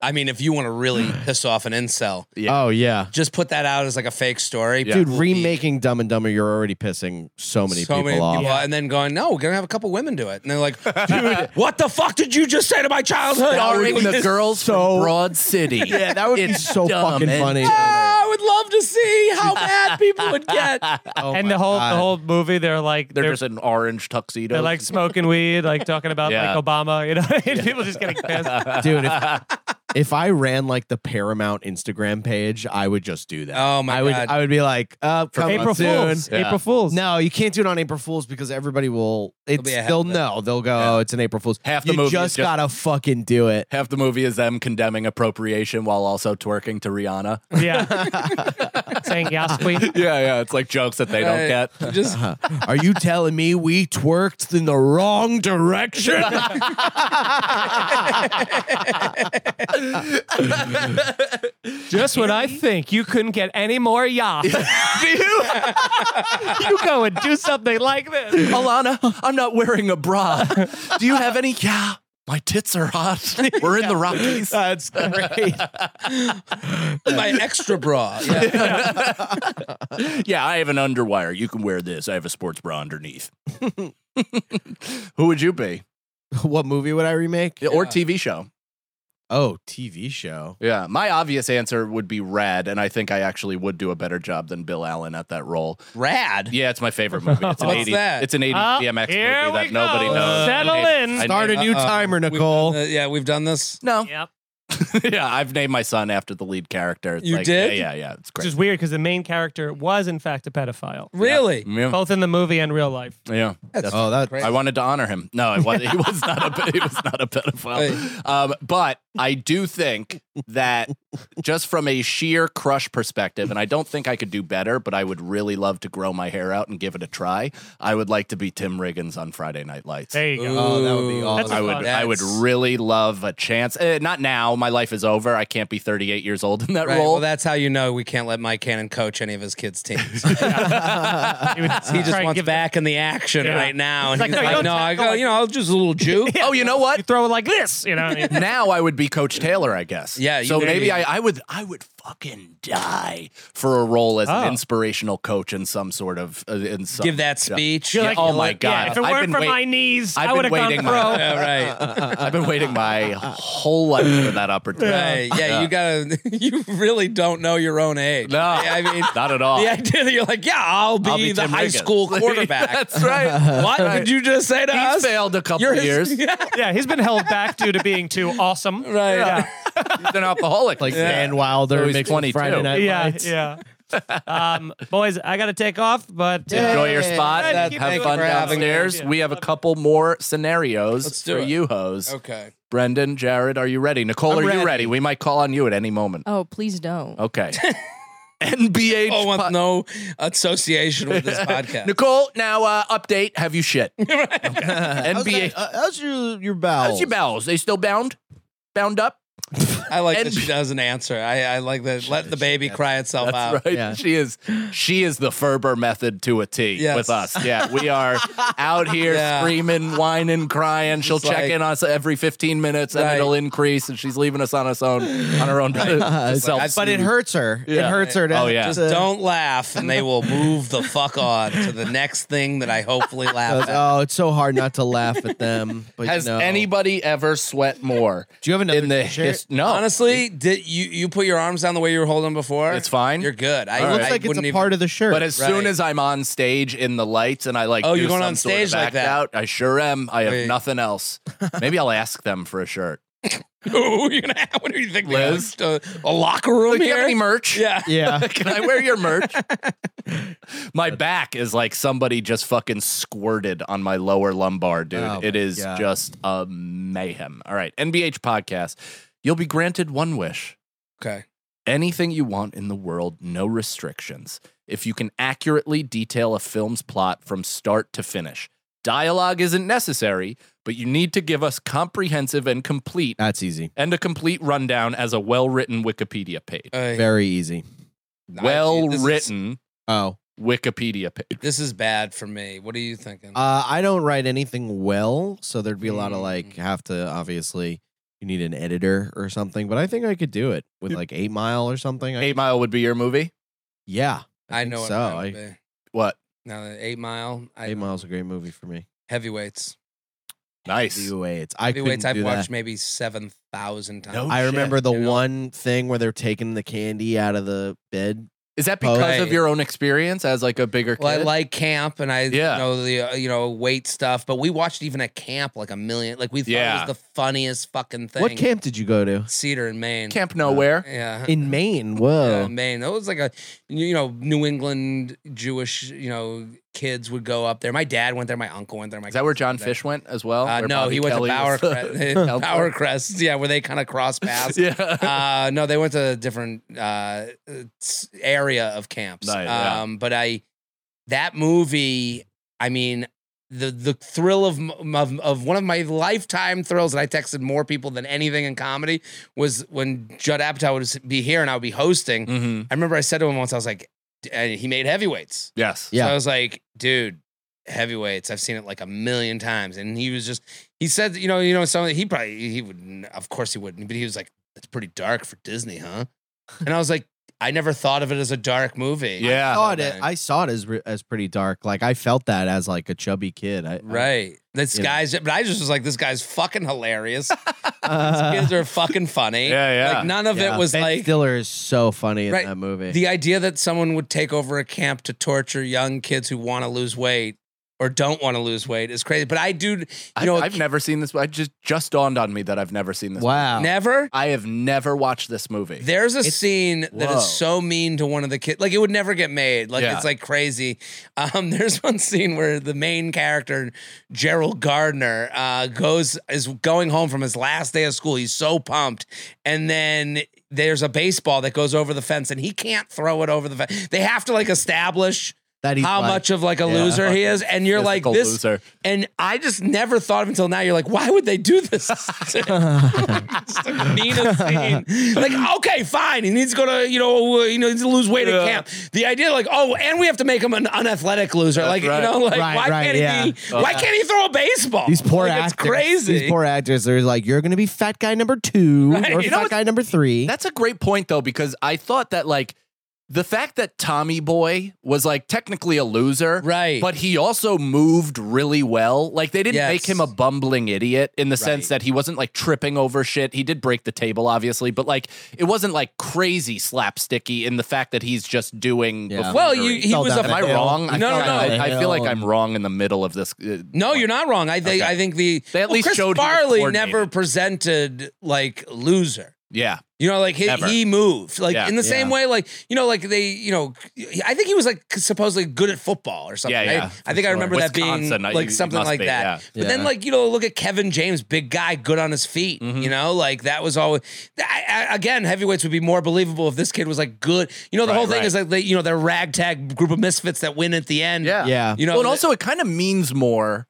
Speaker 5: I mean, if you want to really piss off an incel,
Speaker 2: Yeah.
Speaker 4: Oh yeah.
Speaker 5: just put that out as like a fake story.
Speaker 2: Yeah.
Speaker 4: Dude,
Speaker 5: People will be-
Speaker 4: remaking Dumb and Dumber, you're already pissing so many people off.
Speaker 5: people, and then going, no, we're gonna have a couple women do it, and they're like, dude, what the fuck did you just say to my childhood?
Speaker 2: Starring the
Speaker 5: This-
Speaker 2: girls
Speaker 4: so-
Speaker 2: from Broad City.
Speaker 4: Yeah, that would be
Speaker 2: It's
Speaker 4: so
Speaker 2: dumb
Speaker 4: fucking
Speaker 2: and
Speaker 4: funny.
Speaker 5: Ah, I would love to see how mad people would get.
Speaker 4: Oh
Speaker 3: and
Speaker 4: my
Speaker 3: the whole
Speaker 4: God.
Speaker 3: the whole movie, they're like
Speaker 2: They're
Speaker 3: they're,
Speaker 2: just in orange tuxedos.
Speaker 3: they're like smoking weed, like talking about
Speaker 2: Yeah.
Speaker 3: like Obama. You know, and people just getting pissed.
Speaker 4: dude. If, if I ran like the Paramount Instagram page, I would just do that.
Speaker 5: Oh, my
Speaker 4: I would,
Speaker 5: God.
Speaker 4: I would be like, uh, come
Speaker 3: April
Speaker 4: soon.
Speaker 3: Fools.
Speaker 2: Yeah.
Speaker 3: April Fools.
Speaker 4: No, you can't do it on April Fools because everybody will. It's
Speaker 5: be a
Speaker 4: they'll
Speaker 5: half-
Speaker 4: know. They'll go. Oh, it's an April Fools.
Speaker 2: Half the
Speaker 4: you
Speaker 2: movie is
Speaker 4: just
Speaker 2: just-
Speaker 4: gotta fucking do it.
Speaker 2: Half the movie is them condemning appropriation while also twerking to Rihanna.
Speaker 3: Yeah. Saying yes, queen.
Speaker 2: yeah, yeah. It's like jokes that they don't
Speaker 5: Right.
Speaker 2: get.
Speaker 5: Uh, Just
Speaker 4: Are you telling me we twerked in the wrong direction?
Speaker 3: Just when I think you couldn't get any more yah, do you? you go and do something like this.
Speaker 2: Alana, I'm not wearing a bra. Do you have any? Yeah, my tits are hot. We're in the Rockies.
Speaker 4: That's great.
Speaker 5: my extra bra. Yeah.
Speaker 2: yeah, I have an underwire. You can wear this. I have a sports bra underneath. Who would you be?
Speaker 4: what movie would I remake?
Speaker 2: Or TV show?
Speaker 4: Oh, TV show.
Speaker 2: Yeah, my obvious answer would be Rad, and I think I actually would do a better job than Bill Allen at that role.
Speaker 5: Rad.
Speaker 2: Yeah, it's my favorite movie. It's an
Speaker 5: What's
Speaker 2: 80s,
Speaker 5: that?
Speaker 2: It's an 80s
Speaker 3: Oh,
Speaker 2: DMX movie
Speaker 3: here we
Speaker 2: that nobody
Speaker 3: go.
Speaker 2: knows.
Speaker 3: Settle
Speaker 2: I-
Speaker 3: in.
Speaker 2: I-
Speaker 4: Start a new
Speaker 5: Uh-oh.
Speaker 4: timer,
Speaker 5: We've
Speaker 4: Nicole.
Speaker 5: done the- yeah, we've done this.
Speaker 2: No.
Speaker 3: Yep.
Speaker 2: yeah, I've named my son after the lead character. It's
Speaker 5: You
Speaker 2: like,
Speaker 5: did?
Speaker 2: Yeah, yeah, yeah. It's
Speaker 3: Which
Speaker 2: great.
Speaker 3: is weird because the main character was, in fact, a pedophile,
Speaker 2: Hmm.
Speaker 5: Really?
Speaker 2: yeah.
Speaker 3: both in the movie and real life.
Speaker 2: yeah.
Speaker 4: Oh, that
Speaker 5: Great.
Speaker 2: I wanted to honor him. No, it was, he was not a he was not a pedophile. Um, but I do think that just from a sheer crush perspective, and I don't think I could do better, but I would really love to grow my hair out and give it a try. I would like to be Tim Riggins on Friday Night Lights.
Speaker 3: There you go.
Speaker 4: Oh, that would be
Speaker 5: Ooh.
Speaker 4: awesome.
Speaker 3: That's
Speaker 2: I would
Speaker 3: fun.
Speaker 2: I would
Speaker 5: That's-
Speaker 2: really love a chance. Eh, not now. My life is over. I can't be 38 years old in that
Speaker 5: Right.
Speaker 2: role.
Speaker 5: Well, that's how you know we can't let Mike Cannon coach any of his kids' teams.
Speaker 3: He, would
Speaker 5: he
Speaker 3: try
Speaker 5: just
Speaker 3: and
Speaker 5: wants
Speaker 3: give-
Speaker 5: back in the action
Speaker 3: Yeah.
Speaker 5: right now. And
Speaker 3: like,
Speaker 5: he's
Speaker 3: "No, you
Speaker 5: like,
Speaker 3: don't
Speaker 5: no, I
Speaker 3: tackle
Speaker 5: go,
Speaker 3: like-
Speaker 5: you know, I was just a little juke.
Speaker 2: oh, you know what?
Speaker 3: You throw it like this, you know. and he-
Speaker 2: now I would be Coach Taylor, I guess.
Speaker 5: Yeah, you
Speaker 2: So
Speaker 5: may
Speaker 2: maybe
Speaker 5: be.
Speaker 2: I, I would I would fucking die for a role as
Speaker 3: Oh.
Speaker 2: an inspirational coach in some sort of uh, in some
Speaker 5: Give that speech.
Speaker 3: You're
Speaker 2: Yeah,
Speaker 3: like,
Speaker 2: oh my
Speaker 3: yeah,
Speaker 2: God.
Speaker 3: if it
Speaker 2: I've
Speaker 3: weren't
Speaker 2: been
Speaker 3: for
Speaker 2: wait-
Speaker 3: my knees,
Speaker 2: I've
Speaker 3: I would
Speaker 2: been
Speaker 3: have gone
Speaker 2: waiting
Speaker 3: pro.
Speaker 2: my-
Speaker 5: Yeah, right.
Speaker 2: I've been waiting my whole life for that opportunity.
Speaker 5: Right. Yeah, you gotta. You really don't know your own age.
Speaker 2: No.
Speaker 5: I mean,
Speaker 2: Not at all.
Speaker 5: the idea that you're like, yeah, I'll be,
Speaker 2: I'll be
Speaker 5: the
Speaker 2: Tim
Speaker 5: high
Speaker 2: Riggins.
Speaker 5: school quarterback.
Speaker 2: That's right.
Speaker 5: what did you just say to
Speaker 2: He
Speaker 5: us?
Speaker 2: failed a couple
Speaker 5: You're
Speaker 2: of
Speaker 5: his-
Speaker 2: years. He's
Speaker 5: Yeah.
Speaker 3: yeah, he's been held back due to being too awesome.
Speaker 5: Right.
Speaker 3: Yeah.
Speaker 2: an alcoholic.
Speaker 4: like Dan Wilder
Speaker 2: So he's
Speaker 4: mixed
Speaker 2: 22.
Speaker 4: with Friday Night
Speaker 3: yeah,
Speaker 4: Lights.
Speaker 3: yeah. Um, boys, I got to take off, but uh,
Speaker 2: Enjoy your spot.
Speaker 3: Yeah,
Speaker 2: Have
Speaker 3: keep
Speaker 5: it
Speaker 2: fun
Speaker 5: going.
Speaker 2: downstairs.
Speaker 3: Yeah.
Speaker 2: We have a couple more scenarios
Speaker 5: Let's do
Speaker 2: for
Speaker 5: it.
Speaker 2: you, hoes.
Speaker 5: Okay.
Speaker 2: Brendan, Jared, are you ready? Nicole,
Speaker 5: I'm
Speaker 2: are you
Speaker 5: ready.
Speaker 2: ready? We might call on you at any moment.
Speaker 6: Oh, please don't.
Speaker 2: Okay. NBH.
Speaker 5: Oh,
Speaker 2: po-
Speaker 5: with no association with this podcast.
Speaker 2: Nicole, now uh, update. Have you shit?
Speaker 4: How's,
Speaker 2: NBA.
Speaker 4: that- uh, how's your your bowels?
Speaker 2: How's your bowels? They still bound? Bound up?
Speaker 5: I like
Speaker 2: And-
Speaker 5: that she doesn't answer. I, I like that. Let the baby cry itself out.
Speaker 2: That's right.
Speaker 4: yeah.
Speaker 2: She is. She is the Ferber method to a T
Speaker 5: Yes.
Speaker 2: with us. Yeah, we are out here
Speaker 5: Yeah.
Speaker 2: screaming, whining, crying. She'll
Speaker 5: Just
Speaker 2: check
Speaker 5: like-
Speaker 2: in on us every 15 minutes, and
Speaker 5: Right.
Speaker 2: it'll increase. And she's leaving us on us own, on her own. self.
Speaker 5: I've-
Speaker 4: But it hurts her.
Speaker 2: Yeah.
Speaker 4: It hurts her. To,
Speaker 2: Oh, yeah.
Speaker 5: Just
Speaker 4: to-
Speaker 5: don't laugh, and they will move the fuck on to the next thing that I hopefully laugh at.
Speaker 4: Oh, it's so hard not to laugh at them. But
Speaker 2: Has
Speaker 4: no.
Speaker 2: anybody ever sweat more
Speaker 4: Do you have another
Speaker 2: in the
Speaker 4: shirt?
Speaker 2: his- No,
Speaker 5: Honestly, did you you put your arms down the way you were holding them before?
Speaker 2: It's fine.
Speaker 5: You're good. I,
Speaker 2: All
Speaker 5: I
Speaker 2: right.
Speaker 4: Looks like it's
Speaker 5: wouldn't
Speaker 4: a
Speaker 5: even,
Speaker 4: part of the shirt.
Speaker 2: But as soon
Speaker 5: Right.
Speaker 2: as I'm on stage in the lights and I like,
Speaker 5: Oh,
Speaker 2: do
Speaker 5: you're going
Speaker 2: some
Speaker 5: on
Speaker 2: sort
Speaker 5: stage
Speaker 2: of
Speaker 5: like
Speaker 2: act
Speaker 5: that.
Speaker 2: Out, I sure am. I have
Speaker 5: Wait.
Speaker 2: nothing else. Maybe I'll ask them for a shirt.
Speaker 5: Ooh, you're gonna, what do you think, they
Speaker 2: Liz?
Speaker 5: host A, a locker room
Speaker 2: Like, do you
Speaker 5: here?
Speaker 2: have any merch?
Speaker 5: yeah.
Speaker 4: yeah.
Speaker 2: Can I wear your merch? my back is like somebody just fucking squirted on my lower lumbar, dude.
Speaker 4: Oh,
Speaker 2: it
Speaker 4: my
Speaker 2: is
Speaker 4: God.
Speaker 2: just a mayhem. All right, NBH podcast. You'll be granted one wish.
Speaker 5: Okay.
Speaker 2: anything you want in the world, no restrictions. If you can accurately detail a film's plot from start to finish, dialogue isn't necessary, but you need to give us comprehensive and complete
Speaker 4: That's easy.
Speaker 2: and a complete rundown as a well-written Wikipedia page.
Speaker 5: Uh,
Speaker 4: Very easy.
Speaker 5: I- This is,
Speaker 2: well-written
Speaker 4: Oh,
Speaker 2: Wikipedia page.
Speaker 5: this is bad for me. What are you thinking?
Speaker 4: uh, I don't write anything well, so there'd be a lot of
Speaker 5: Mm.
Speaker 4: like have to obviously you need an editor or something. But I think I could do it with like Eight Mile or something. I,
Speaker 2: Eight Mile would be your movie.
Speaker 4: yeah,
Speaker 5: I,
Speaker 4: think
Speaker 5: know what
Speaker 4: so.
Speaker 5: mine would
Speaker 4: I-
Speaker 5: be.
Speaker 2: What?
Speaker 5: Now the eight mile, I,
Speaker 4: Eight Mile's a great movie for me.
Speaker 5: heavyweights.
Speaker 2: Nice.
Speaker 4: Heavyweights. I couldn't
Speaker 5: Heavyweights. I've
Speaker 4: do that.
Speaker 5: watched maybe seven thousand times.
Speaker 2: No
Speaker 4: I
Speaker 2: shit,
Speaker 4: remember the
Speaker 5: you know?
Speaker 4: one thing where they're taking the candy out of the bed.
Speaker 2: Is that because of
Speaker 5: Right.
Speaker 2: your own experience as like a bigger kid?
Speaker 5: Well, I like camp, and I
Speaker 2: Yeah.
Speaker 5: know the uh, you know weight stuff, but we watched even at camp like a million. Like we thought
Speaker 2: Yeah.
Speaker 5: it was the funniest fucking thing.
Speaker 4: What camp did you go to?
Speaker 5: Cedar in Maine.
Speaker 2: Camp Nowhere.
Speaker 5: Yeah.
Speaker 4: In Maine.
Speaker 5: Yeah,
Speaker 4: Whoa.
Speaker 5: Maine. Oh, That was like a, you know, New England Jewish, you know, kids would go up there. My dad went there. My uncle went there. My
Speaker 2: Is that where
Speaker 5: cousins
Speaker 2: John
Speaker 5: went there.
Speaker 2: Fish went as well?
Speaker 5: Uh,
Speaker 2: Where
Speaker 5: no,
Speaker 2: Bobby
Speaker 5: he went
Speaker 2: Kelly
Speaker 5: to
Speaker 2: was-
Speaker 5: Bowercrest. Bowercrest. Yeah, where they kind of cross paths.
Speaker 2: yeah.
Speaker 5: uh, no, they went to a different uh, s- area of camps.
Speaker 2: Right, yeah.
Speaker 5: Um, but I, that movie, I mean, the the thrill of, m- of of one of my lifetime thrills that I texted more people than anything in comedy was when Judd Apatow would be here and I would be hosting.
Speaker 2: hmm
Speaker 5: I remember I said to him once, I was like, d- and he made heavyweights.
Speaker 2: Yes.
Speaker 5: So
Speaker 4: Yeah.
Speaker 5: I was like, dude, heavyweights. I've seen it like a million times. And he was just, he said, you know, you know, something he probably, he would, of course he wouldn't, but he was like, it's pretty dark for Disney, huh? And I was like, I never thought of it as a dark movie.
Speaker 4: I
Speaker 2: Yeah.
Speaker 4: saw it.
Speaker 5: Okay.
Speaker 4: I saw it as re- as pretty dark. Like I felt that as like a chubby kid. I, I-
Speaker 5: Right. This
Speaker 4: You know.
Speaker 5: guy's, but I just was like, this guy's fucking hilarious.
Speaker 4: Uh,
Speaker 5: Kids are fucking funny.
Speaker 2: Yeah, yeah.
Speaker 5: Like none of
Speaker 4: yeah.
Speaker 5: it was
Speaker 4: Ben
Speaker 5: like,
Speaker 4: Stiller is so funny in
Speaker 5: Right.
Speaker 4: that movie.
Speaker 5: the idea that someone would take over a camp to torture young kids who want to lose weight or don't want to lose weight is crazy. But I do, you
Speaker 2: I,
Speaker 5: know,
Speaker 2: I've never seen this. I just just dawned on me that I've never seen this.
Speaker 4: Wow.
Speaker 5: never.
Speaker 2: I have never watched this movie.
Speaker 5: There's a scene that
Speaker 2: Whoa.
Speaker 5: is so mean to one of the kids. Like it would never get made. Like
Speaker 2: Yeah.
Speaker 5: it's like crazy. Um, there's one scene where the main character Gerald Gardner uh, goes is going home from his last day of school. He's so pumped, and then there's a baseball that goes over the fence, and he can't throw it over the fence. They have to like establish.
Speaker 4: That he's
Speaker 5: how
Speaker 4: like-
Speaker 5: much of like a loser he is, and you're like
Speaker 2: Physical
Speaker 5: this,
Speaker 2: loser.
Speaker 5: and I just never thought of until now. You're like, why would they do this? It's the meanest scene. Like, okay, fine. He needs to go to, you know, uh, you know, he needs to lose weight at camp. The idea, like, oh, and we have to make him an unathletic loser. like,
Speaker 2: right. Oh,
Speaker 5: you know, like
Speaker 4: Right,
Speaker 5: why
Speaker 4: right,
Speaker 5: can't he?
Speaker 4: yeah.
Speaker 5: Why can't he throw a baseball?
Speaker 4: These poor
Speaker 5: like,
Speaker 4: actors.
Speaker 5: It's crazy.
Speaker 4: These poor actors. They're like, you're going to be fat guy number two
Speaker 5: Right.
Speaker 4: or
Speaker 5: You know
Speaker 4: fat
Speaker 5: what's-
Speaker 4: guy number three.
Speaker 2: That's a great point though, because I thought that like the fact that Tommy Boy was like technically a loser,
Speaker 5: Right.
Speaker 2: But he also moved really well. Like they didn't
Speaker 5: Yes.
Speaker 2: make him a bumbling idiot in the sense
Speaker 5: Right.
Speaker 2: that he wasn't like tripping over shit. He did break the table, obviously, but like it wasn't like crazy slapsticky in the fact that he's just doing.
Speaker 4: Yeah.
Speaker 5: well, you,
Speaker 2: buffoonery.
Speaker 5: he
Speaker 4: Fell
Speaker 5: was
Speaker 4: down
Speaker 5: a
Speaker 2: Am I wrong? I
Speaker 5: No,
Speaker 2: feel
Speaker 5: no,
Speaker 2: like-
Speaker 5: no.
Speaker 2: I, I feel like I'm wrong in the middle of this. uh,
Speaker 5: No, you're not wrong. I think
Speaker 2: Okay.
Speaker 5: I think the
Speaker 2: They at
Speaker 5: well,
Speaker 2: least
Speaker 5: Chris
Speaker 2: showed he was
Speaker 5: Farley
Speaker 2: coordinated.
Speaker 5: never presented like loser.
Speaker 2: Yeah,
Speaker 5: You know, like he,
Speaker 2: Ever.
Speaker 5: he moved, like
Speaker 2: Yeah.
Speaker 5: in the same
Speaker 4: Yeah.
Speaker 5: way, like you know, like they, you know, I think he was like supposedly good at football or something.
Speaker 2: Yeah, yeah,
Speaker 5: right? I think I
Speaker 2: sure.
Speaker 5: remember that being
Speaker 2: Wisconsin, I-
Speaker 5: like
Speaker 2: it
Speaker 5: something
Speaker 2: must
Speaker 5: like
Speaker 2: be,
Speaker 5: that.
Speaker 2: yeah.
Speaker 5: But then,
Speaker 4: Yeah.
Speaker 5: like you know, look at Kevin James, big guy, good on his feet.
Speaker 2: Mm-hmm.
Speaker 5: You know, like that was always I, I, again heavyweights would be more believable if this kid was like good. You know, the
Speaker 2: Right,
Speaker 5: whole thing
Speaker 2: right.
Speaker 5: is like they, you know, they're ragtag group of misfits that win at the end.
Speaker 2: yeah,
Speaker 4: yeah.
Speaker 5: you know,
Speaker 2: well, and
Speaker 5: that-
Speaker 2: also it kind of means more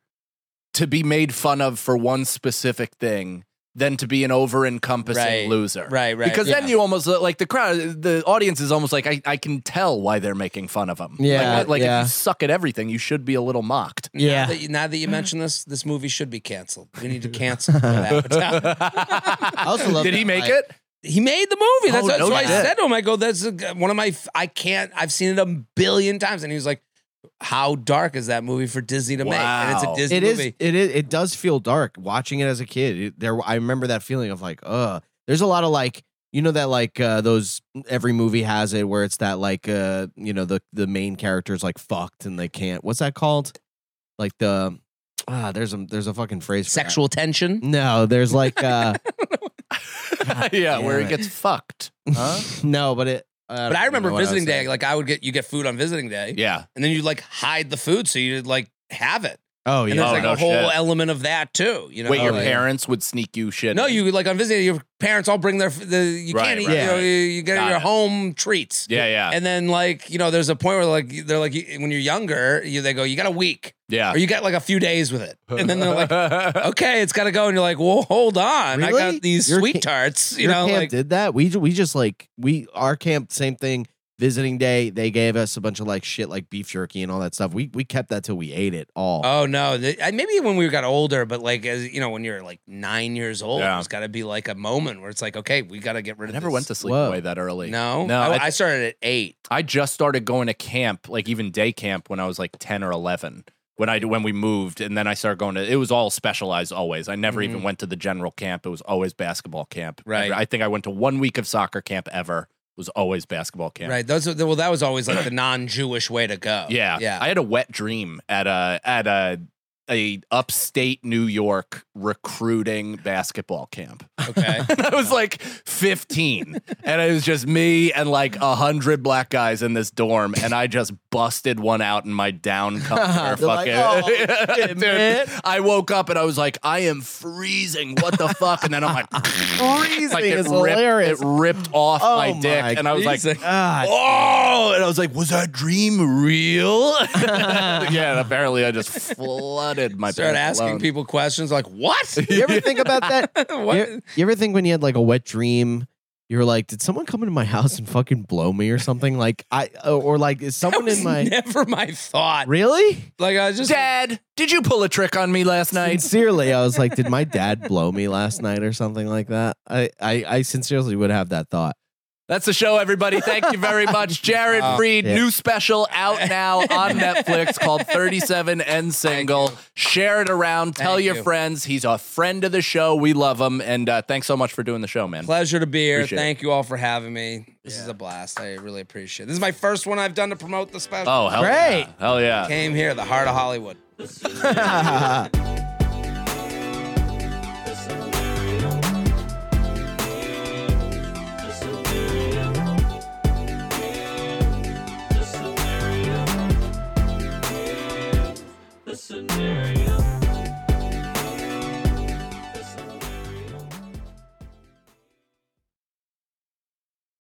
Speaker 2: to be made fun of for one specific thing than to be an over encompassing
Speaker 5: Right,
Speaker 2: loser.
Speaker 5: right, right,
Speaker 2: Because then
Speaker 5: yeah.
Speaker 2: you almost look like the crowd, the audience is almost like, I, I can tell why they're making fun of him.
Speaker 4: Yeah,
Speaker 2: Like, like
Speaker 4: yeah.
Speaker 2: if you suck at everything, you should be a little mocked.
Speaker 5: Now that, you, now that you mention this, this movie should be canceled. We need to cancel for that.
Speaker 4: I also love
Speaker 2: Did he
Speaker 4: that,
Speaker 2: make
Speaker 4: like-
Speaker 2: it?
Speaker 5: He made the movie. That's,
Speaker 2: Oh,
Speaker 5: that's
Speaker 2: no
Speaker 5: what I
Speaker 2: shit.
Speaker 5: said to him. I go, that's a, one of my, f- I can't, I've seen it a billion times. And he was like, how dark is that movie for Disney to make? And it's a
Speaker 2: Wow.
Speaker 5: Disney
Speaker 4: It is.
Speaker 5: movie.
Speaker 4: It is. It does feel dark watching it as a kid. It- there, I remember that feeling of like, uh, there's a lot of like, you know, that like uh, those every movie has it where it's that like, uh, you know, the the main character's like fucked and they can't. What's that called? Like the ah, there's a there's a fucking phrase. for that.
Speaker 5: Sexual
Speaker 2: Mm.
Speaker 5: tension.
Speaker 4: No, there's like uh,
Speaker 2: yeah, where he
Speaker 4: damn it.
Speaker 2: gets fucked. Huh?
Speaker 4: no, but it. don't
Speaker 5: But I
Speaker 4: even
Speaker 5: remember
Speaker 4: know what was
Speaker 5: visiting day,
Speaker 4: saying.
Speaker 5: like I would get, you get food on visiting day
Speaker 2: yeah.
Speaker 5: and then you like hide the food. So you'd like have it.
Speaker 4: Oh yeah.
Speaker 5: And there's
Speaker 2: Oh,
Speaker 5: like
Speaker 2: no
Speaker 5: a whole
Speaker 2: shit.
Speaker 5: element of that too. You know,
Speaker 2: Wait, your
Speaker 5: Like-
Speaker 2: parents would sneak you shit.
Speaker 5: No, you like on visiting day, your parents all bring their, f- the, you
Speaker 2: Right,
Speaker 5: can't eat,
Speaker 2: right,
Speaker 5: you know,
Speaker 2: right.
Speaker 5: you, you get
Speaker 2: Got
Speaker 5: your
Speaker 2: it.
Speaker 5: home treats.
Speaker 2: Yeah, yeah.
Speaker 5: And then like you know, there's a point where like they're like you- when you're younger, you, they go, you got a week,
Speaker 2: yeah.
Speaker 5: or you got like a few days with it, and then they're like,
Speaker 2: like,
Speaker 5: okay, it's got to go, and you're like, well, hold on, I
Speaker 4: Really?
Speaker 5: got these
Speaker 4: Your
Speaker 5: sweet
Speaker 4: ca-
Speaker 5: tarts, you
Speaker 4: Your
Speaker 5: know,
Speaker 4: camp
Speaker 5: like
Speaker 4: did that. We ju- we just like we our camp same thing. Visiting day, they gave us a bunch of like shit like beef jerky and all that stuff. We we kept that till we ate it all.
Speaker 5: oh no, Th- I- maybe when we got older, but like as you know, when you're like nine years old,
Speaker 2: Yeah.
Speaker 5: there's got to be like a moment where it's like, okay, we got to get rid
Speaker 2: I
Speaker 5: of.
Speaker 2: never
Speaker 5: this.
Speaker 2: went to sleep
Speaker 4: Whoa.
Speaker 2: away that early.
Speaker 5: No,
Speaker 2: No,
Speaker 5: I,
Speaker 2: I-
Speaker 5: I started at eight.
Speaker 2: I just started going to camp, like even day camp, when I was like ten or eleven. When I when we moved, and then I started going to. It was all specialized always. I never even went to the general camp. It was always basketball camp.
Speaker 5: Mm-hmm. Right.
Speaker 2: I, I think I went to one week of soccer camp ever. It was always basketball camp.
Speaker 5: Right. Those are, well, that was always like the non-Jewish way to go.
Speaker 2: Yeah.
Speaker 5: Yeah.
Speaker 2: I had a wet dream at a at a a upstate New York recruiting basketball camp.
Speaker 5: okay.
Speaker 2: And I was like 15, and it was just me and like a hundred black guys in this dorm, and I just busted one out in my down comforter.
Speaker 4: They're like,
Speaker 2: fucking,
Speaker 4: "Oh, shit,
Speaker 2: Dude,
Speaker 4: man."
Speaker 2: I woke up and I was like, I am freezing. What the fuck? And then I'm like,
Speaker 4: Freezing
Speaker 2: like
Speaker 4: is
Speaker 2: ripped,
Speaker 4: hilarious.
Speaker 2: It ripped off
Speaker 4: oh
Speaker 2: my dick, and I was like.
Speaker 4: ah,
Speaker 2: Oh, and I was like, was that dream real? yeah, and apparently I just flooded my
Speaker 5: Start
Speaker 2: pants
Speaker 5: asking
Speaker 2: alone.
Speaker 5: people questions like, what?
Speaker 4: you ever think about that?
Speaker 5: what?
Speaker 4: you, ever- you ever think when you had like a wet dream, you were like, did someone come into my house and fucking blow me or something? Like I uh, or like is
Speaker 5: That
Speaker 4: someone
Speaker 5: was
Speaker 4: in my
Speaker 5: never my thought.
Speaker 4: really?
Speaker 5: Like I was just
Speaker 2: Dad, did you pull a trick on me last night?
Speaker 4: Sincerely, I was like, did my dad blow me last night or something like that? I I, I sincerely would have that thought.
Speaker 2: That's the show, everybody. Thank you very much. Jared Freed,
Speaker 4: Yeah.
Speaker 2: new special out now on Netflix called 37 and Single. Share it around. Tell
Speaker 5: Thank
Speaker 2: your
Speaker 5: you.
Speaker 2: friends. He's a friend of the show. We love him. And uh, thanks so much for doing the show, man.
Speaker 5: pleasure to be here.
Speaker 2: Appreciate it.
Speaker 5: Thank you all for having me. This is a blast. I really appreciate it. This is my first one I've done to promote the special.
Speaker 2: Oh, hell
Speaker 4: Great.
Speaker 2: yeah. Hell yeah.
Speaker 5: Came here, the heart of Hollywood.
Speaker 4: Bye.